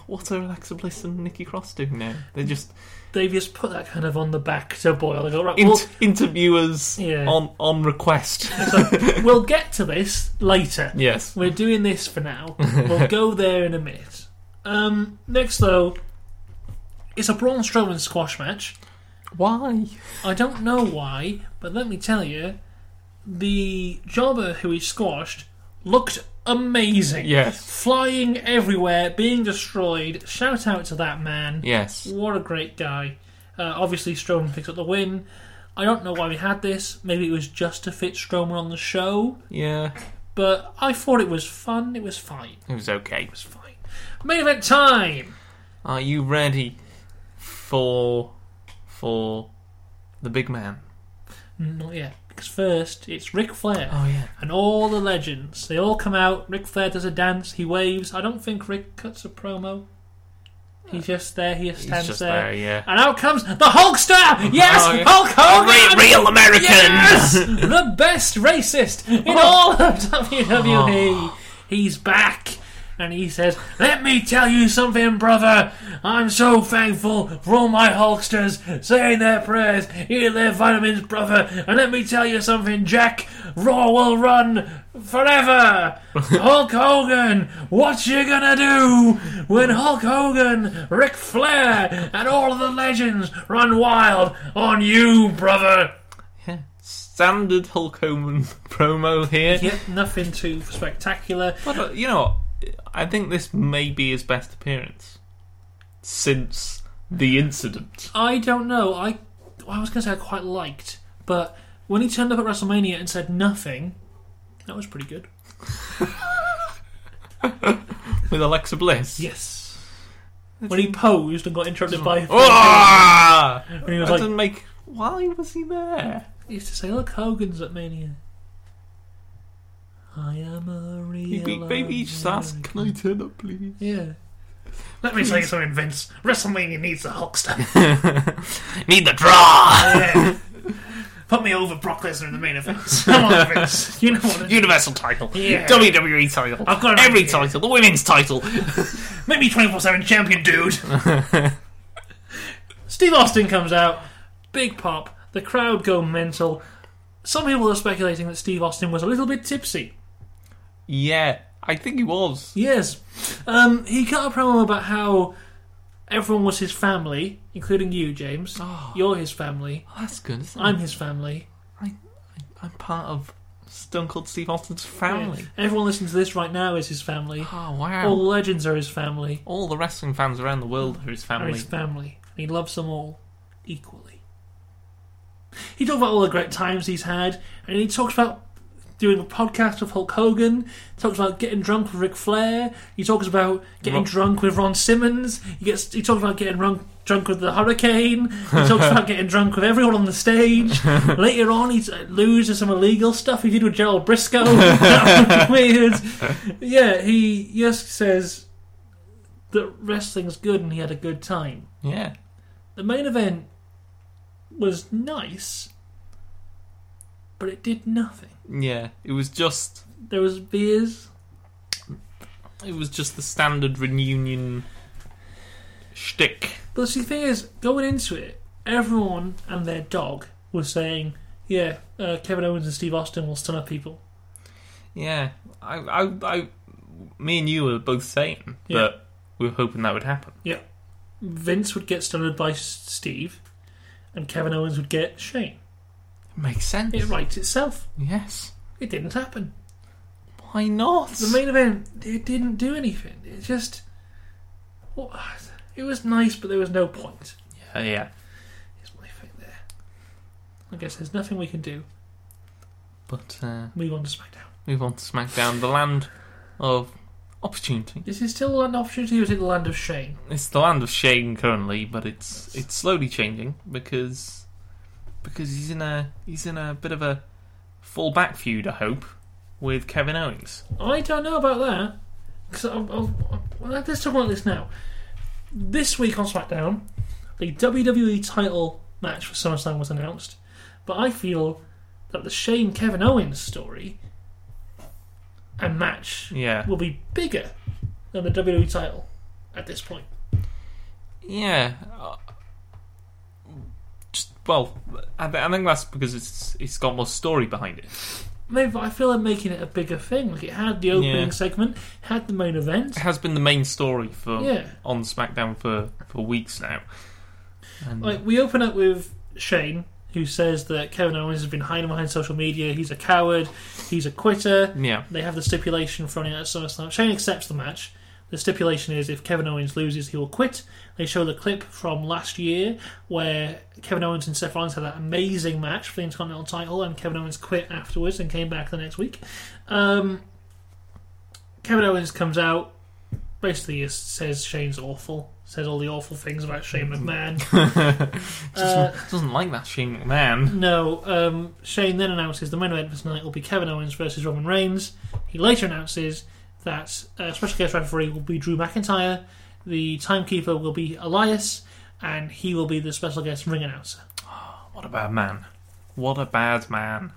S2: what are Alexa Bliss and Nikki Cross doing now? They're just
S1: They just put that kind of on the back to Boyle. They go, right,
S2: int-
S1: we'll,
S2: interviewers
S1: Yeah.
S2: on on request.
S1: we'll get to this later.
S2: yes.
S1: We're doing this for now. We'll go there in a minute. Um, next, though, it's a Braun Strowman squash match.
S2: Why?
S1: I don't know why, but let me tell you, the jobber who he squashed looked amazing.
S2: Yes.
S1: Flying everywhere, being destroyed. Shout out to that man.
S2: Yes.
S1: What a great guy. Uh, obviously, Strowman picked up the win. I don't know why we had this. Maybe it was just to fit Strowman on the show,
S2: Yeah.
S1: but I thought it was fun. It was fine.
S2: It was okay.
S1: It's fine. Main event time.
S2: Are you ready for for the big man?
S1: Not yet, because first it's Ric Flair
S2: yeah.
S1: and all the legends. They all come out. Ric Flair does a dance. He waves. I don't think Rick cuts a promo. He's just there. He just
S2: He's
S1: stands
S2: just
S1: there.
S2: there, yeah.
S1: And out comes the Hulkster. Yes,
S2: Oh, yeah.
S1: Hulk
S2: Re-
S1: Hogan.
S2: real American.
S1: Yes, the best racist in all of WWE. He's back. And he says, Let me tell you something, brother. I'm so thankful for all my Hulksters saying their prayers, eating their vitamins, brother. And let me tell you something, Jack. Raw will run forever. Hulk Hogan, what you gonna do when Hulk Hogan, Ric Flair, and all of the legends run wild on you, brother?
S2: Yeah. Standard Hulk Hogan promo here.
S1: Yep, nothing too spectacular.
S2: But uh, you know, what? I think this may be his best appearance since the incident.
S1: I don't know. I I was going to say I quite liked, but when he turned up at WrestleMania and said nothing, that was pretty good.
S2: with Alexa Bliss.
S1: Yes. When he posed and got interrupted by,
S2: Ah!
S1: and he was
S2: That
S1: like,
S2: doesn't make. Why was he there?
S1: he used to say, "Look, Hogan's at Mania." I am a real.
S2: Maybe, maybe he just asked, "Can I turn up, please?"
S1: Yeah. Let me tell you something, Vince. WrestleMania needs a Hulkster.
S2: Need the draw.
S1: Yeah. Put me over Brock Lesnar in the main event. Come on, Vince. You know what? I-
S2: Universal title,
S1: Yeah.
S2: WWE title,
S1: I've got an
S2: every
S1: idea.
S2: title, the women's title.
S1: Make me 24 7 champion, dude. Steve Austin comes out, big pop, the crowd go mental. Some people are speculating that Steve Austin was a little bit tipsy.
S2: yeah, I think he was.
S1: Yes. Um, he cut a promo about how Everyone was his family, including you, James.
S2: Oh,
S1: You're his family.
S2: oh, that's good. Isn't
S1: I'm
S2: it?
S1: his family.
S2: I'm part of Stone Cold Steve Austin's family.
S1: Yeah. Everyone listening to this right now is his family.
S2: Oh wow!
S1: All
S2: All,
S1: legends are his family.
S2: the wrestling fans around the world are his
S1: Are
S2: family.
S1: his family. And he loves them all equally. He talks about all the great times he's had, and he talks about doing a podcast with Hulk Hogan. Talks about getting drunk with Ric Flair. He talks about getting
S2: Ron-
S1: drunk with Ron Simmons. He gets. He talks about getting drunk. Drunk with the hurricane. He talks about getting drunk with everyone on the stage. Later on, he alludes to some illegal stuff he did with Gerald Briscoe. That was weird. Yeah, he just says that wrestling's good and he had a good time.
S2: yeah,
S1: The main event was nice, but it did nothing.
S2: yeah. It was just
S1: There was beers.
S2: it was just the standard reunion shtick.
S1: But see, the thing is, going into it, everyone and their dog was saying, yeah, uh, Kevin Owens and Steve Austin will stun up people.
S2: Yeah, I, I, I, me and you were both saying
S1: Yeah.
S2: that we were hoping that would happen.
S1: Vince would get stunned by S- Steve, and Kevin Owens would get Shane.
S2: Makes sense.
S1: It writes itself.
S2: Yes.
S1: It didn't happen.
S2: Why not?
S1: The main event, it didn't do anything. It just. What, it was nice, but there was no point.
S2: yeah, yeah.
S1: Is my thing there. I guess there's nothing we can do.
S2: But uh,
S1: Move on to SmackDown.
S2: move on to SmackDown, the land of opportunity.
S1: Is it still an opportunity or is it the land of shame?
S2: It's the land of Shane currently, but it's it's slowly changing because because he's in a he's in a bit of a fallback feud. I hope with Kevin Owens.
S1: I don't know about that. Because let's talk about this now. This week on SmackDown, the WWE title match for SummerSlam was announced, but I feel that the Shane Kevin Owens story and match
S2: Yeah,
S1: will be bigger than the WWE title at this point.
S2: yeah. uh, Just well, I, th- I think that's because it's it's got more story behind it.
S1: Maybe but I feel they're making it a bigger thing. Like it had the opening
S2: Yeah.
S1: segment, had the main event.
S2: It has been the main story for
S1: Yeah,
S2: on SmackDown for for weeks now. And
S1: like we open up with Shane, who says that Kevin Owens has been hiding behind social media. He's a coward. He's a quitter.
S2: yeah,
S1: They have the stipulation for running out at SummerSlam. Shane accepts the match. The stipulation is if Kevin Owens loses, he will quit. They show the clip from last year where Kevin Owens and Seth Rollins had that amazing match for the Intercontinental title, and Kevin Owens quit afterwards and came back the next week. Um, Kevin Owens comes out, basically is- says Shane's awful, says all the awful things about Shane McMahon.
S2: doesn't,
S1: Uh,
S2: doesn't like that Shane McMahon.
S1: No, um, Shane then announces the main event for tonight will be Kevin Owens versus Roman Reigns. He later announces that uh, special guest referee will be Drew McIntyre, the timekeeper will be Elias, and he will be the special guest ring announcer.
S2: What a bad man. What a bad man.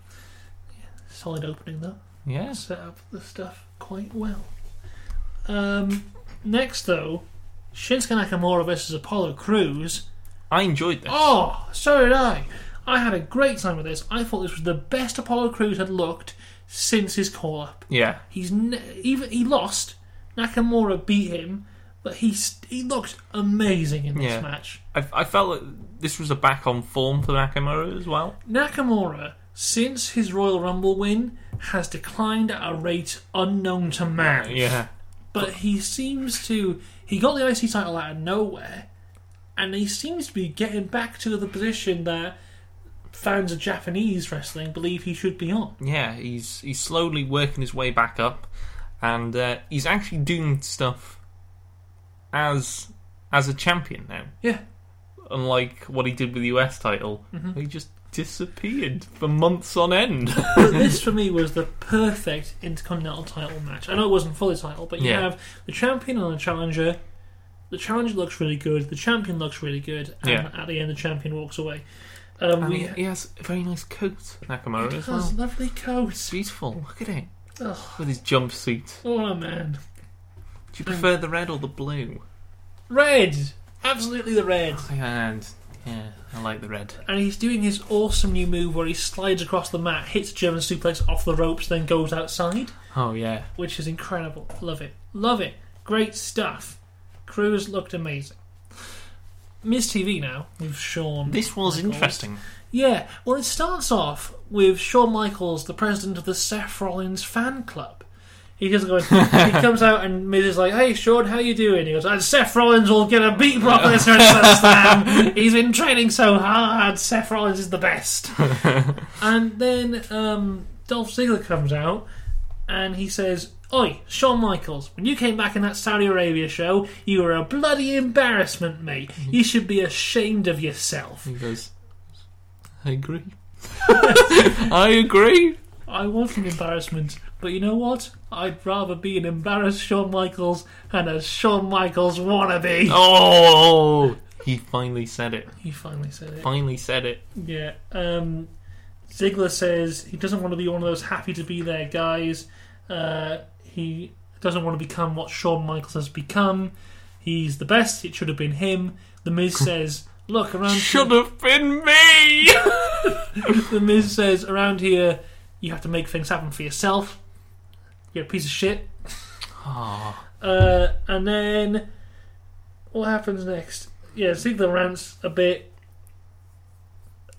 S1: Solid opening though.
S2: Yes.
S1: Set up the stuff quite well. Um, next though, Shinsuke Nakamura versus Apollo Crews.
S2: I enjoyed this.
S1: Oh, so did I. I had a great time with this. I thought this was the best Apollo Crews had looked since his call up.
S2: Yeah.
S1: He's ne- even he lost. Nakamura beat him, but he st- he looked amazing in this
S2: Yeah.
S1: match.
S2: I, I felt that this was a back on form for Nakamura as well.
S1: Nakamura, since his Royal Rumble win, has declined at a rate unknown to man.
S2: Yeah.
S1: But he seems to he got the IC title out of nowhere, and he seems to be getting back to the position that fans of Japanese wrestling believe he should be on.
S2: Yeah, he's he's slowly working his way back up and uh, he's actually doing stuff as as a champion now.
S1: Yeah.
S2: Unlike what he did with the US title. He just disappeared for months on end.
S1: But this for me was the perfect intercontinental title match. I know it wasn't for the title, but you
S2: Yeah.
S1: have the champion and the challenger. The challenger looks really good. The champion looks really good, and
S2: Yeah.
S1: at the end, the champion walks away. Um,
S2: and
S1: we
S2: he, he has a very nice coat, Nakamura as
S1: has
S2: well.
S1: lovely
S2: It's
S1: coat.
S2: beautiful. Look at it.
S1: Ugh.
S2: With his jumpsuit.
S1: Oh man,
S2: Do you prefer the red or the blue?
S1: red, absolutely the red.
S2: And yeah, I like the red.
S1: And he's doing his awesome new move where he slides across the mat, hits a German suplex off the ropes, then goes outside.
S2: Oh yeah,
S1: which is incredible. Love it. Love it. Great stuff. Cruz looked amazing. Ms. TV now with Sean.
S2: This was
S1: Michaels.
S2: interesting.
S1: Yeah, well, it starts off with Shawn Michaels, the president of the Seth Rollins fan club. He just goes, he comes out and Miz is like, "Hey, Shawn, how you doing?" He goes, "And Seth Rollins will get a beat Brock Lesnar at SummerSlam. He's been training so hard. Seth Rollins is the best." and then um, Dolph Ziggler comes out and he says, "Oi, Shawn Michaels, when you came back in that Saudi Arabia show, you were a bloody embarrassment, mate. You should be ashamed of yourself."
S2: He goes, I agree. I agree.
S1: I want an embarrassment, but you know what? I'd rather be an embarrassed Shawn Michaels than a Shawn Michaels wannabe.
S2: Oh, he finally said it.
S1: He finally said it.
S2: Finally said it.
S1: Yeah. Um, Ziggler says he doesn't want to be one of those happy to be there guys. Uh, he doesn't want to become what Shawn Michaels has become. He's the best. It should have been him. The Miz says, "Look around."
S2: Should have been me.
S1: The Miz says, "Around here, you have to make things happen for yourself. You're a piece of shit."
S2: Ah,
S1: Uh, and then what happens next? Yeah, Ziggler rants a bit.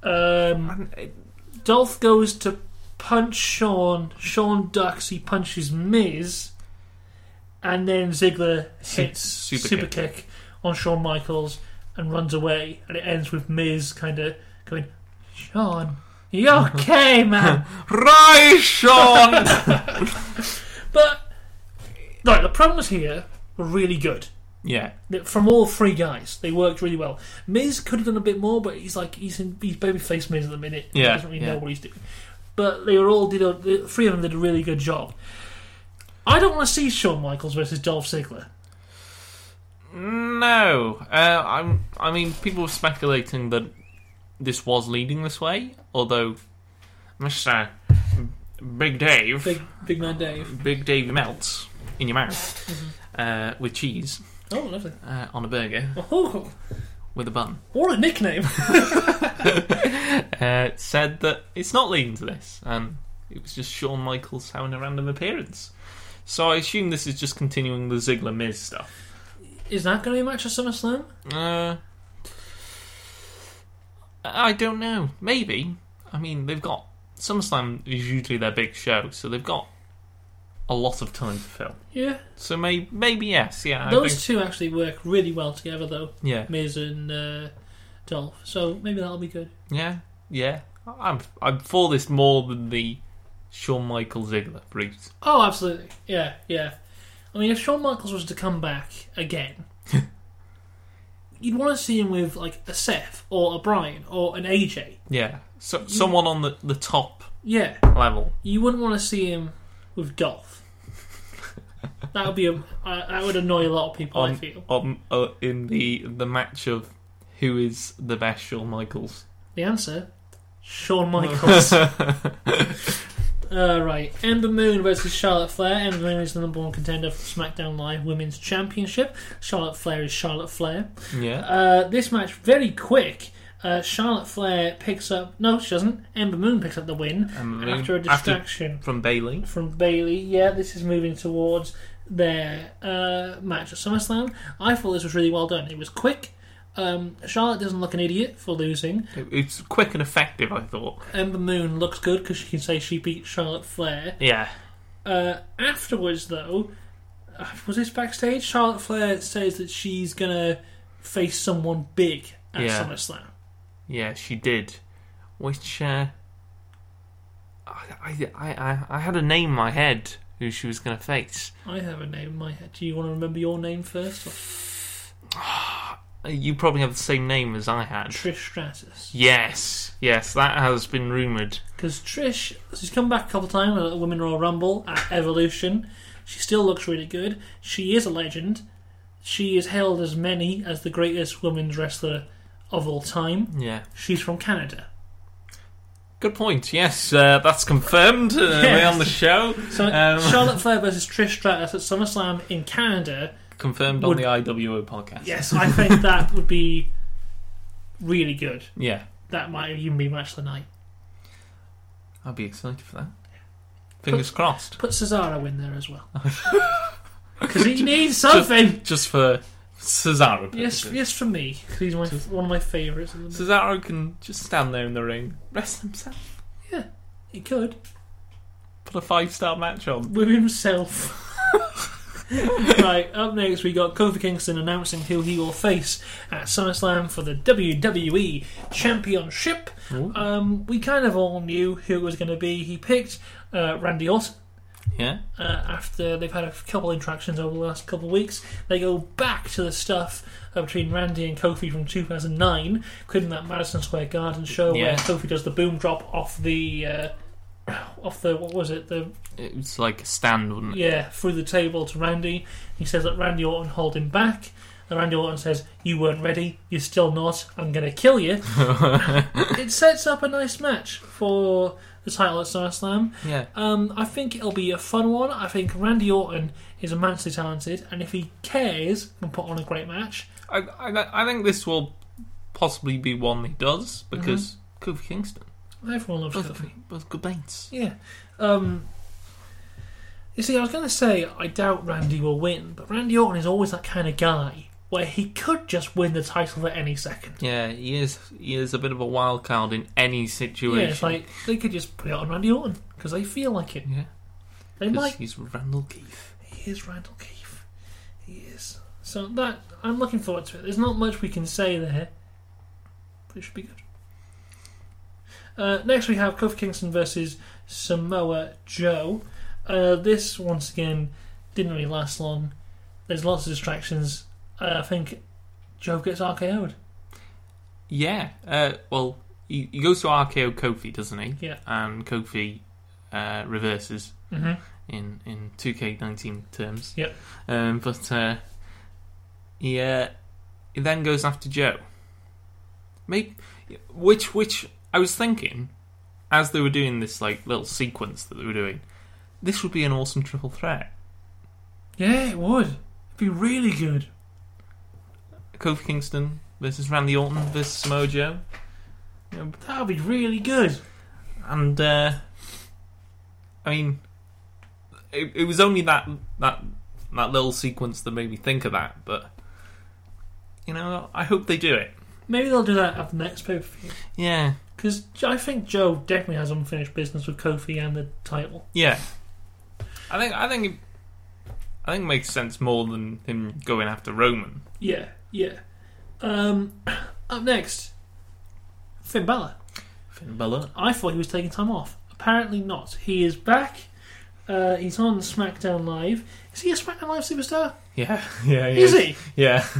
S1: Um,
S2: and it-
S1: Dolph goes to punch Sean. Sean ducks. He punches Miz, and then Ziggler
S2: Su-
S1: hits super,
S2: super
S1: kick. on Shawn Michaels and runs away. And it ends with Miz kind of going, "Sean, you okay, man?"
S2: Right, Sean.
S1: but right, the promos here were really good.
S2: yeah,
S1: from all three guys. They worked really well. Miz could have done a bit more, but he's like he's in he's babyface Miz at the minute. he
S2: Yeah,
S1: doesn't really know
S2: yeah.
S1: what he's doing. But they were all did a, the three of them did a really good job. I don't want to see Shawn Michaels versus Dolph Ziggler.
S2: no. Uh, I'm. I mean, people were speculating that this was leading this way, although Mister Big Dave,
S1: Big Big Man Dave.
S2: Big Dave melts in your mouth uh, with cheese
S1: Mm-hmm. Oh, lovely.
S2: uh, on a burger
S1: Oh,
S2: with a bun.
S1: what a nickname!
S2: uh, said that it's not leading to this, and it was just Shawn Michaels having a random appearance. So I assume this is just continuing the Ziggler Miz stuff.
S1: Is that going to be a match at SummerSlam?
S2: Uh, I don't know. Maybe. I mean, they've got SummerSlam is usually their big show, so they've got a lot of time to fill.
S1: Yeah,
S2: So may- maybe yes, yeah. I
S1: those
S2: think-
S1: two actually work really well together, though
S2: yeah,
S1: Miz and uh, Dolph. So maybe that'll be good.
S2: yeah, yeah. I'm I'm for this more than the Shawn Michaels Ziggler route.
S1: Oh, absolutely. Yeah, yeah. I mean, if Shawn Michaels was to come back again, you'd want to see him with like a Seth or a Brian or an AJ.
S2: Yeah.
S1: Mm.
S2: So someone on the, the top
S1: Yeah,
S2: level.
S1: you wouldn't want to see him with Dolph. that would be a I, that would annoy a lot of people. I
S2: On-
S1: feel
S2: Um, uh, in the the match of who is the best Shawn Michaels.
S1: the answer: Shawn Michaels. uh, right, Ember Moon versus Charlotte Flair. Ember Moon is the number one contender for SmackDown Live Women's Championship. Charlotte Flair is Charlotte Flair.
S2: Yeah.
S1: Uh, this match very quick. Uh, Charlotte Flair picks up. No, she doesn't. Ember Moon picks up the win
S2: Ember Moon.
S1: Uh, after a
S2: Um, After-
S1: distraction
S2: From Bailey.
S1: from Bailey. Yeah, this is moving towards their uh, match at SummerSlam. I thought this was really well done. It was quick. Um, Charlotte doesn't look an idiot for losing.
S2: It, it's quick and effective, I thought.
S1: Ember Moon looks good because she can say she beat Charlotte Flair.
S2: Yeah.
S1: Uh, afterwards, though, uh, was this backstage? Charlotte Flair says that she's gonna face someone big at
S2: Yeah.
S1: SummerSlam.
S2: Yeah, she did. Which, uh. I, I, I, I had a name in my head who she was going to face.
S1: I have a name in my head. Do you want to remember your name first? Or
S2: Uh, You probably have the same name as I had.
S1: Trish Stratus.
S2: Yes, yes, that has been rumoured.
S1: Because Trish, she's come back a couple of times at Women Royal Rumble, at Evolution. She still looks really good. She is a legend. She is hailed as many as the greatest women's wrestler of all time.
S2: Yeah.
S1: She's from Canada.
S2: Good point. Yes, uh, that's confirmed. Uh, we're on the show.
S1: So
S2: Um,
S1: Charlotte Flair versus Trish Stratus at SummerSlam in Canada.
S2: confirmed
S1: Would-
S2: on the IWO podcast.
S1: Yes, I think that would be really good.
S2: Yeah,
S1: That might even be match of the night.
S2: I'd be excited for that. Fingers crossed.
S1: Put Cesaro in there as well. Because he needs something.
S2: Just for Cesaro.
S1: Yes,
S2: poses.
S1: yes, for me. 'cause He's my,
S2: Just-
S1: one of my favourites. at the minute.
S2: Cesaro can just stand there in the ring, rest himself,
S1: He could.
S2: put a five star match on.
S1: with himself. right, up next we got Kofi Kingston announcing who he will face at SummerSlam for the WWE Championship. Um, we kind of all knew who it was going to be. He picked uh, Randy Orton
S2: Yeah,
S1: uh, after they've had a couple interactions over the last couple of weeks. They go back to the stuff uh, between Randy and Kofi from 2009, including that Madison Square Garden show where
S2: Yeah.
S1: Kofi does the boom drop off the. Uh, off the what was it the
S2: it was like a stand, wasn't it?
S1: yeah, through the table to Randy. He says that Randy Orton hold him back. And Randy Orton says, You weren't ready, you're still not, I'm going to kill you. it sets up a nice match for the title at SummerSlam.
S2: Yeah,
S1: Um, I think it'll be a fun one. I think Randy Orton is immensely talented, and if he cares, can put on a great match.
S2: I, I, I think this will possibly be one he does because Kofi Kingston,
S1: Everyone loves
S2: both,
S1: Kofi.
S2: both good mates.
S1: Mm-hmm. Yeah. Um, you see, I was going to say I doubt Randy will win, but Randy Orton is always that kind of guy where he could just win the title at any second.
S2: Yeah, he is he is a bit of a wild card in any situation.
S1: Yeah, it's like they could just put it on Randy Orton because they feel like it.
S2: Yeah,
S1: They
S2: 'cause
S1: might.
S2: he's Randall Keith.
S1: He is Randall Keefe. He is. So that I'm looking forward to it. There's not much we can say there, but it should be good. Uh, next we have Kofi Kingston versus Samoa Joe. Uh, this once again didn't really last long. There's lots of distractions. Uh, I think Joe gets RKO'd.
S2: Yeah, uh, well, he, he goes to RKO Kofi, doesn't he?
S1: Yeah.
S2: and Kofi uh, reverses
S1: Mm-hmm.
S2: in in 2K19 terms.
S1: Yep.
S2: Um, but uh, he, uh, he then goes after Joe. Maybe which which I was thinking as they were doing this like little sequence that they were doing, this would be an awesome triple threat.
S1: Yeah, it would. It'd be really good.
S2: Kofi Kingston versus Randy Orton versus Samoa Joe,
S1: That would be really good.
S2: and uh, I mean, it, it was only that that that little sequence that made me think of that. But you know, I hope they do it.
S1: Maybe they'll do that at the next pay per view.
S2: Yeah,
S1: Because I think Joe definitely has unfinished business with Kofi and the title.
S2: yeah. I think I think it, I think it makes sense more than him going after Roman.
S1: Yeah, yeah. Um, up next, Finn Balor.
S2: Finn Balor.
S1: I thought he was taking time off. Apparently not. He is back. Uh, he's on SmackDown Live. Is he a SmackDown Live superstar?
S2: Yeah, yeah, yeah.
S1: Is he?
S2: Yeah.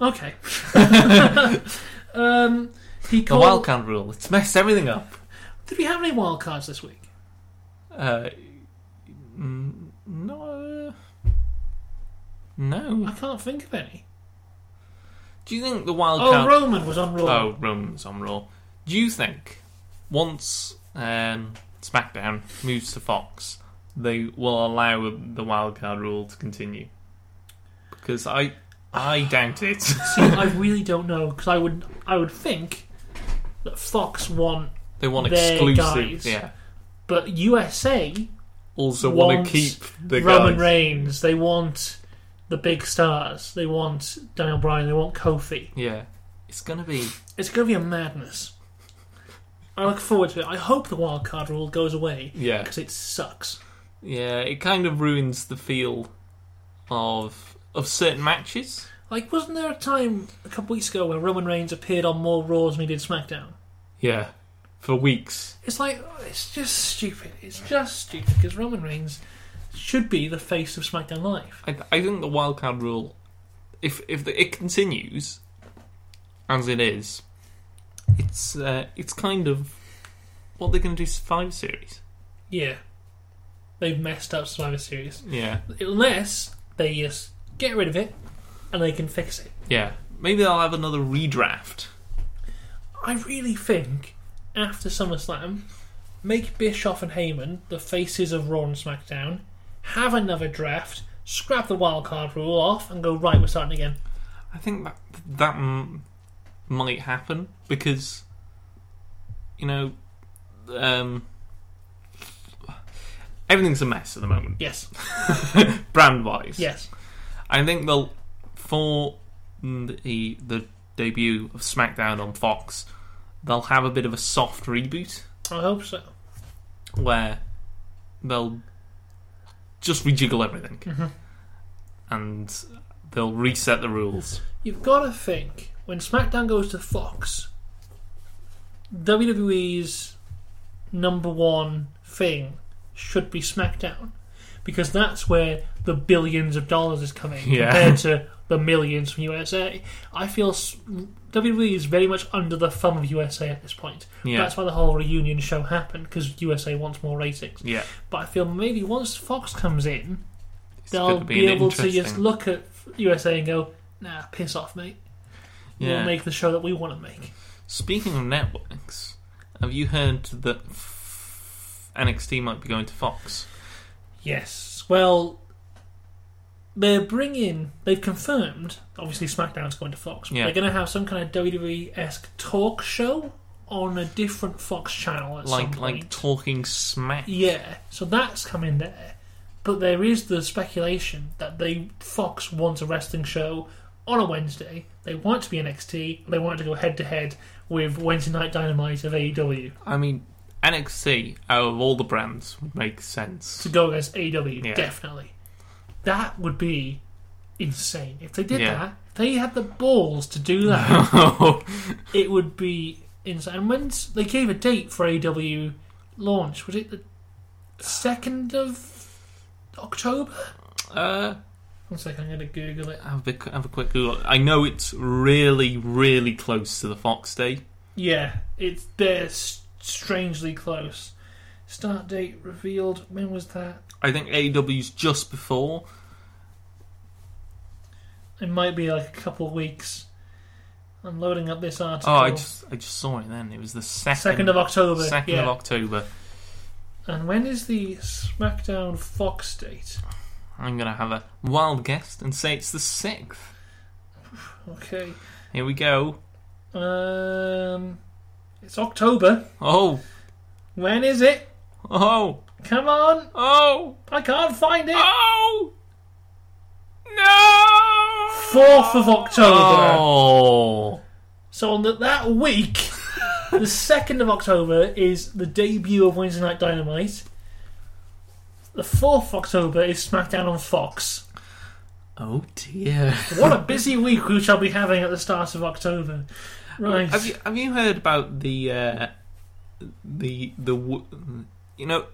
S1: Okay. um, he
S2: The
S1: called.
S2: wild card rule. It's messed everything up.
S1: Did we have any wild cards this week?
S2: Uh, mm, no.
S1: I
S2: No.
S1: can't think of any.
S2: Do you think the wild
S1: Oh,
S2: card?
S1: Roman was on Raw.
S2: Oh, Roman's on Raw. Do you think once um, SmackDown moves to Fox, they will allow the wildcard rule to continue? Because I, I doubt it.
S1: See, I really don't know because I would, I would think that Fox won
S2: they want
S1: Their
S2: exclusive.
S1: guys
S2: Yeah.
S1: But USA
S2: Also want
S1: wants
S2: to keep the
S1: Roman
S2: guys.
S1: Reigns. They want the big stars. They want Daniel Bryan. They want Kofi.
S2: Yeah. It's gonna be.
S1: It's going to be a madness. I look forward to it. I hope the wild card rule goes away
S2: Yeah.
S1: because it sucks.
S2: Yeah. It kind of ruins the feel of of certain matches.
S1: Like, wasn't there a time a couple weeks ago where Roman Reigns appeared on more Raws than he did SmackDown?
S2: Yeah. For weeks.
S1: It's like it's just stupid. It's just stupid because Roman Reigns should be the face of SmackDown Live.
S2: I, I think the wildcard rule, if if the, it continues as it is, it's uh, it's kind of what they're going to do Survivor Series.
S1: Yeah, they've messed up Survivor Series.
S2: Yeah,
S1: unless they just get rid of it and they can fix it.
S2: yeah. Maybe they'll have another redraft.
S1: I really think after SummerSlam, make Bischoff and Heyman the faces of Raw and SmackDown, have another draft, scrap the wildcard rule off, and go right. We're starting again.
S2: I think that that m- might happen because you know um, everything's a mess at the moment,
S1: Yes,
S2: brand wise.
S1: yes,
S2: I think they'll for the the debut of SmackDown on Fox, they'll have a bit of a soft reboot
S1: I hope so.
S2: where they'll just rejiggle everything
S1: Mhm.
S2: and they'll reset the rules.
S1: You've got to think when SmackDown goes to Fox, WWE's number one thing should be SmackDown because that's where the billions of dollars is coming
S2: Yeah.
S1: compared to the millions from USA. I feel s- WWE is very much under the thumb of USA at this point.
S2: Yeah.
S1: That's why the whole reunion show happened because USA wants more ratings.
S2: Yeah,
S1: But I feel maybe once Fox comes in,
S2: it's
S1: they'll
S2: gonna
S1: be
S2: an
S1: able to just
S2: interesting-
S1: look at USA and go, nah, piss off, mate.
S2: Yeah.
S1: We'll make the show that we want to make.
S2: Speaking of networks, have you heard that f- NXT might be going to Fox?
S1: Yes. Well, they're bringing, they've confirmed, obviously SmackDown's going to Fox, but
S2: Yeah.
S1: they're going to have some kind of WWE esque talk show on a different Fox channel at some
S2: Like
S1: point.
S2: like talking smack.
S1: Yeah, so that's coming there. But there is the speculation that they Fox wants a wrestling show on a Wednesday. They want it to be NXT. They want it to go head to head with Wednesday Night Dynamite of E AEW
S2: I mean, NXT out of all the brands would make sense.
S1: to go against AEW.
S2: Yeah.
S1: Definitely, that would be insane if they did
S2: Yeah.
S1: that. If they had the balls to do that. it would be insane. And when s- they gave a date for AEW launch, was it the second of October?
S2: uh,
S1: One second, I'm going to Google it.
S2: have a have a quick Google. I know it's really really close to the Fox day.
S1: Yeah, it's they're s- strangely close. Start date revealed. When was that?
S2: I think AEW's just before.
S1: It might be like a couple of weeks. I'm loading up this article.
S2: Oh, I just I just saw it then. It was the second
S1: second of October.
S2: second
S1: yeah.
S2: of October.
S1: And when is the SmackDown Fox date?
S2: I'm gonna have a wild guess and say it's the sixth.
S1: Okay.
S2: Here we go.
S1: Um, it's October.
S2: Oh,
S1: When is it?
S2: oh,
S1: Come on!
S2: oh,
S1: I can't find it.
S2: oh! No!
S1: Fourth of October.
S2: Oh,
S1: So on the, that week, the second of October is the debut of Wednesday Night Dynamite. The fourth of October is SmackDown on Fox.
S2: oh dear.
S1: What a busy week we shall be having at the start of October. Right.
S2: Have you have you heard about the uh, the the w- you know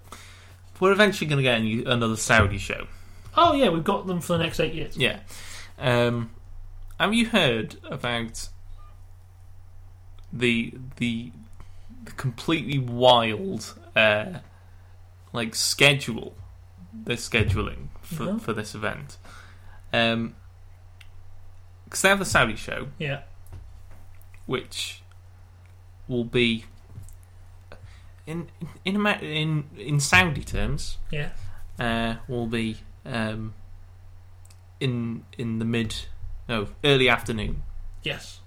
S2: we're eventually going to get a new, another Saudi show.
S1: Oh yeah, we've got them for the next eight years.
S2: Yeah. Um, have you heard about the the, the completely wild uh, like schedule they're scheduling for,
S1: No.
S2: for this event? Um 'cause because they have the Saudi show,
S1: Yeah.
S2: which will be in in Amer- in in Saudi terms
S1: Yeah.
S2: uh, will be um, in in the mid no early afternoon,
S1: Yes.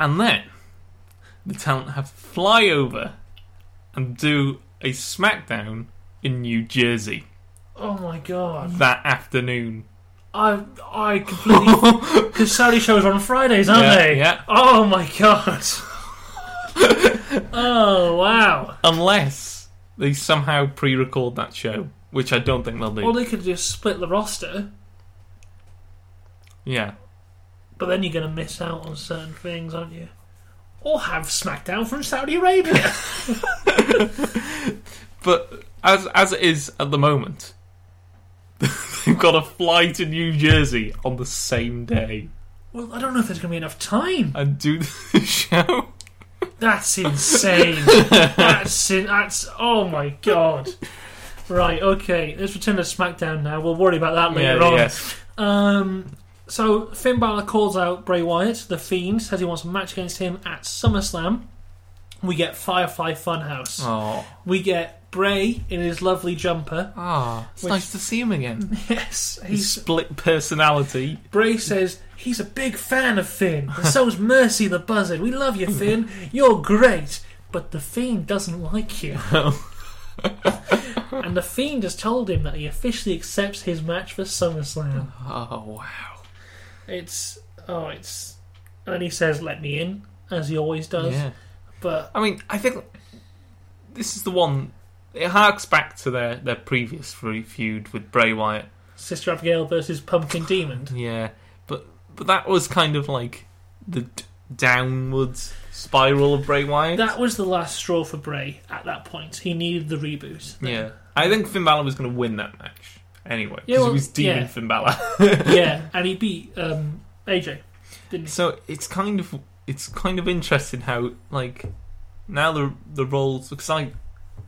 S2: and then the talent have to fly over and do a SmackDown in New Jersey
S1: Oh my god.
S2: that afternoon.
S1: I I completely because Saudi shows are on Fridays, aren't
S2: Yeah,
S1: they?
S2: yeah.
S1: Oh my god. oh wow.
S2: Unless they somehow pre-record that show, which I don't think they'll do.
S1: Or they could just split the roster,
S2: yeah,
S1: but then you're going to miss out on certain things, aren't you? Or have SmackDown from Saudi Arabia.
S2: but as as it is at the moment. They've got to fly to New Jersey on the same day
S1: well, I don't know if there's going to be enough time.
S2: and do the show.
S1: That's insane. that's in, that's oh my god. Right, okay. Let's return to SmackDown now. We'll worry about that later on.
S2: yes.
S1: Um, so Finn Balor calls out Bray Wyatt, the Fiend, says he wants a match against him at SummerSlam. We get Firefly Funhouse.
S2: Oh.
S1: We get Bray in his lovely jumper.
S2: Ah, it's
S1: Which-
S2: nice to see him again.
S1: Yes,
S2: His
S1: he's
S2: split personality.
S1: Bray says he's a big fan of Finn, and so's Mercy the Buzzard. We love you, Finn. You're great. But the Fiend doesn't like you. and the Fiend has told him that he officially accepts his match for SummerSlam.
S2: Oh, wow.
S1: It's oh, it's and he says, "Let me in," as he always does.
S2: Yeah.
S1: But
S2: I mean, I think this is the one. It harks back to their, their previous fe- feud with Bray Wyatt.
S1: Sister Abigail versus Pumpkin Demon.
S2: Yeah, but but that was kind of like the d- downwards spiral of Bray Wyatt.
S1: That was the last straw for Bray. At that point, he needed the reboot.
S2: yeah, I think Finn Balor was going to win that match anyway because
S1: Yeah, well,
S2: he was demon
S1: yeah.
S2: Finn Balor.
S1: yeah, and he beat um, AJ, didn't he?
S2: So it's kind of it's kind of interesting how like now the the roles because I,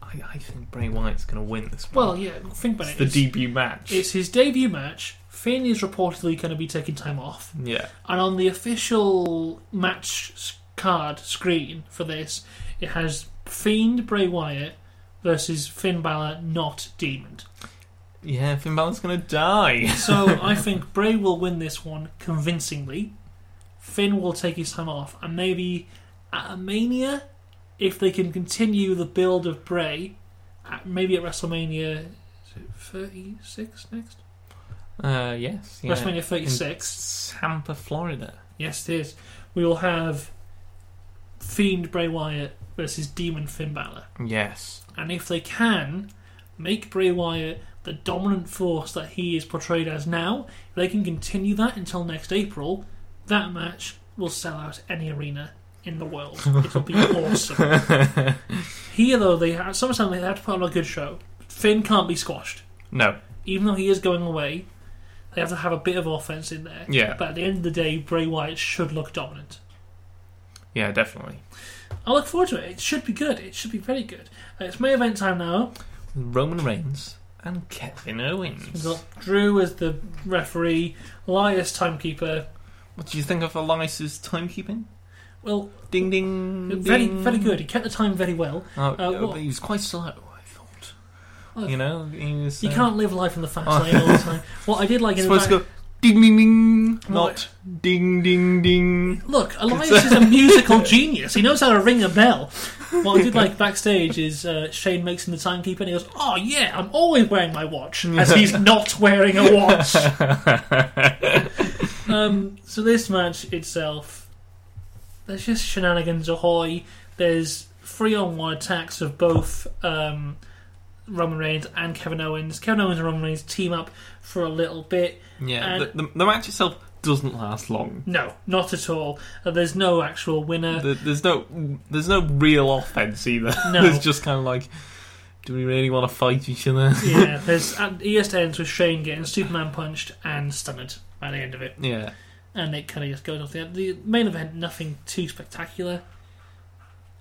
S2: I I think Bray Wyatt's going to win this. one.
S1: Well, yeah. Think about
S2: it's
S1: it.
S2: the
S1: it's,
S2: debut match.
S1: it's his debut match. Finn is reportedly going to be taking time off.
S2: yeah,
S1: And on the official match s- card screen for this, it has Fiend Bray Wyatt versus Finn Balor, not Demon.
S2: yeah. Finn Balor's going to die.
S1: So I think Bray will win this one convincingly. Finn will take his time off, and maybe at a Mania, if they can continue the build of Bray, at, maybe at WrestleMania is it 36 next?
S2: Uh, yes. Yeah.
S1: WrestleMania 36.
S2: In Tampa, Florida.
S1: Yes, it is. We will have Fiend Bray Wyatt versus Demon Finn Balor.
S2: Yes.
S1: And if they can make Bray Wyatt the dominant force that he is portrayed as now, if they can continue that until next April, that match will sell out any arena in the world. It'll be awesome. Here, though, they have, sometimes they have to put on a good show. Finn can't be squashed.
S2: No.
S1: Even though he is going away, they have to have a bit of offense in there.
S2: Yeah.
S1: But at the end of the day, Bray Wyatt should look dominant.
S2: Yeah. Definitely.
S1: I look forward to it. It should be good. It should be very good. Uh, it's main event time now.
S2: Roman Reigns and Kevin
S1: We've
S2: Owens.
S1: got Drew as the referee, Elias timekeeper.
S2: What do you think of Elias's timekeeping?
S1: Well,
S2: Ding ding.
S1: very
S2: ding.
S1: very good. He kept the time very well.
S2: Oh,
S1: Uh,
S2: yeah,
S1: what-
S2: but he was quite slow. I thought.
S1: Oh.
S2: You know, he was.
S1: You
S2: uh,
S1: can't live life in the fast
S2: Oh.
S1: lane all the time. What I did like in the
S2: supposed
S1: back,
S2: to go ding ding ding,
S1: What?
S2: not ding ding ding.
S1: look, Elias is a musical genius. He knows how to ring a bell. What I did like backstage is uh, Shane makes him the timekeeper, and he goes, "Oh yeah, I'm always wearing my watch," as he's not wearing a watch. Um, so this match itself, there's just shenanigans ahoy. There's three on one attacks of both um, Roman Reigns and Kevin Owens. Kevin Owens and Roman Reigns team up for a little bit.
S2: Yeah,
S1: And-
S2: the, the, the match itself doesn't last long.
S1: No, not at all. Uh, there's no actual winner.
S2: The- There's no there's no real offense either.
S1: No.
S2: It's just kind of like, do we really want to fight each other?
S1: yeah, there's um, and it just ends with Shane getting Superman punched and stunned by the end of it,
S2: Yeah,
S1: and it kind of just goes off the end. The main event, nothing too spectacular.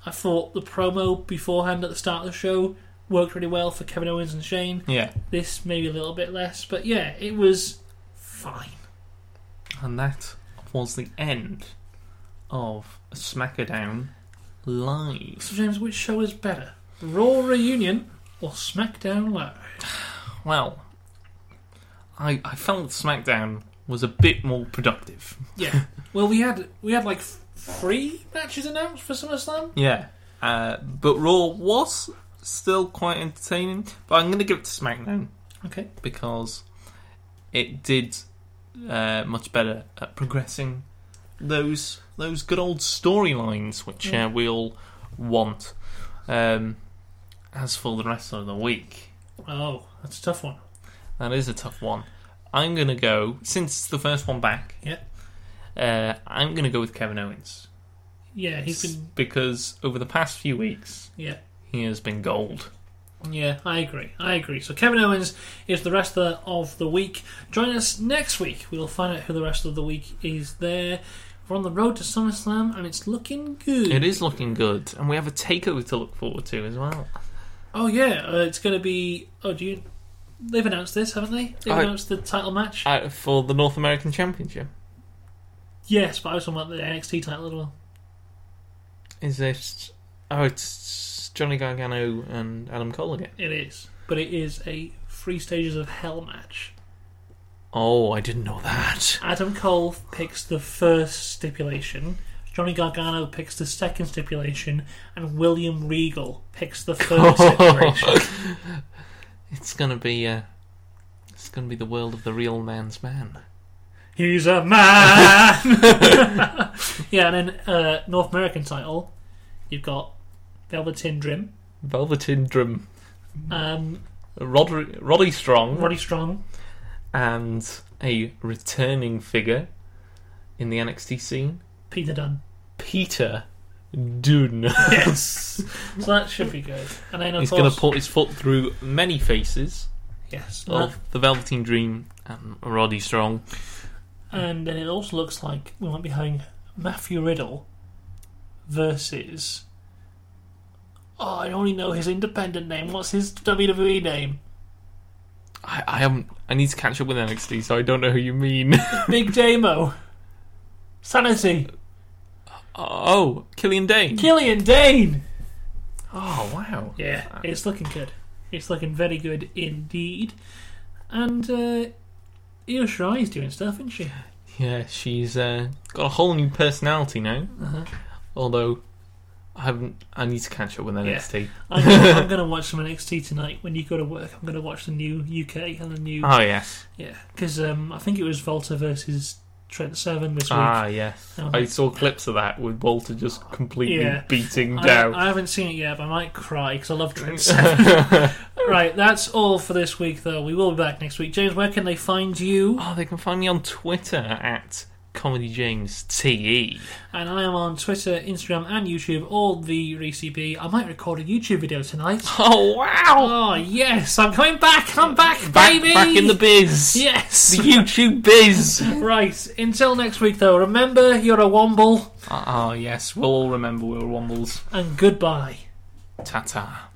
S1: I thought the promo beforehand at the start of the show worked really well for Kevin Owens and Shane.
S2: yeah.
S1: this maybe a little bit less, but yeah, it was fine.
S2: And that was the end of SmackDown Live.
S1: So James, which show is better, Raw reunion or SmackDown Live?
S2: Well, I I felt SmackDown was a bit more productive.
S1: Yeah. well, we had we had like f- three matches announced for SummerSlam.
S2: Yeah, uh, but Raw was still quite entertaining. But I'm going to give it to SmackDown.
S1: Okay.
S2: because it did uh, much better at progressing those those good old storylines which uh, we all want. Um, as for the rest of the week,
S1: Oh, that's a tough one.
S2: that is a tough one. I'm gonna go since it's the first one back.
S1: Yeah.
S2: Uh, I'm gonna go with Kevin Owens
S1: Yeah, he's been.
S2: because over the past few weeks
S1: Yeah.
S2: he has been gold.
S1: Yeah, I agree. I agree. So Kevin Owens is the rest of the, of the week. Join us next week. We'll find out who the rest of the week is there. We're on the road to SummerSlam, and it's looking good.
S2: It is looking good, and we have a takeover to look forward to as well.
S1: Oh yeah, uh, it's going to be. Oh, do you? They've announced this, haven't they? They've
S2: I-
S1: announced the title match.
S2: Uh, for the North American Championship.
S1: yes, but I was talking about the NXT title as well.
S2: Is this? Oh, it's Johnny Gargano and Adam Cole again.
S1: It is, but it is a three stages of hell match.
S2: Oh, I didn't know that.
S1: Adam Cole picks the first stipulation. Johnny Gargano picks the second stipulation, and William Regal picks the third stipulation.
S2: It's gonna be. Uh, it's gonna be the world of the real man's man.
S1: He's a man. yeah, and then uh, North American title, you've got Velveteen Dream,
S2: Velveteen Drum,
S1: um,
S2: Rodri- Roddy Strong,
S1: Roddy Strong,
S2: and a returning figure in the NXT scene,
S1: Peter Dunn.
S2: Peter Dunne.
S1: Yes. so that should be good. And then of
S2: He's going
S1: course,
S2: to put his foot through many faces
S1: yes, and
S2: of the Velveteen Dream and Roddy Strong.
S1: that- and then it also looks like we might be having Matthew Riddle versus. Oh, I only know his independent name. What's his WWE name?
S2: I, I haven't. I need to catch up with NXT, so I don't know who you mean.
S1: Big Damo. Sanity.
S2: oh, Killian Dane.
S1: Killian Dane.
S2: oh wow.
S1: Yeah, it's looking good. It's looking very good indeed. And uh, Io Shirai's doing stuff, isn't she?
S2: Yeah, she's uh, got a whole new personality now.
S1: Uh-huh.
S2: Although, I haven't. I need to catch up with NXT.
S1: I'm, gonna- I'm going to watch some NXT tonight. When you go to work, I'm going to watch the new UK and the new
S2: Oh yes.
S1: yeah, because um, I think it was Volta versus Trent Seven this week.
S2: Ah yes.
S1: Oh.
S2: I saw clips of that with Walter just completely
S1: Yeah.
S2: beating
S1: I,
S2: down.
S1: I haven't seen it yet, but I might cry because I love Trent Seven. right, that's all for this week, though. We will be back next week. James, where can they find you?
S2: oh, they can find me on Twitter at Comedy James E. Te.
S1: And I am on Twitter, Instagram, and YouTube, all the RCB. I might record a YouTube video tonight.
S2: Oh wow!
S1: Oh yes, I'm coming back. I'm back,
S2: back,
S1: baby.
S2: back in the biz.
S1: yes.
S2: The YouTube biz.
S1: right. Until next week, though. Remember, you're a womble,
S2: Ah, yes, we'll all remember we were Wombles.
S1: and goodbye.
S2: Ta ta.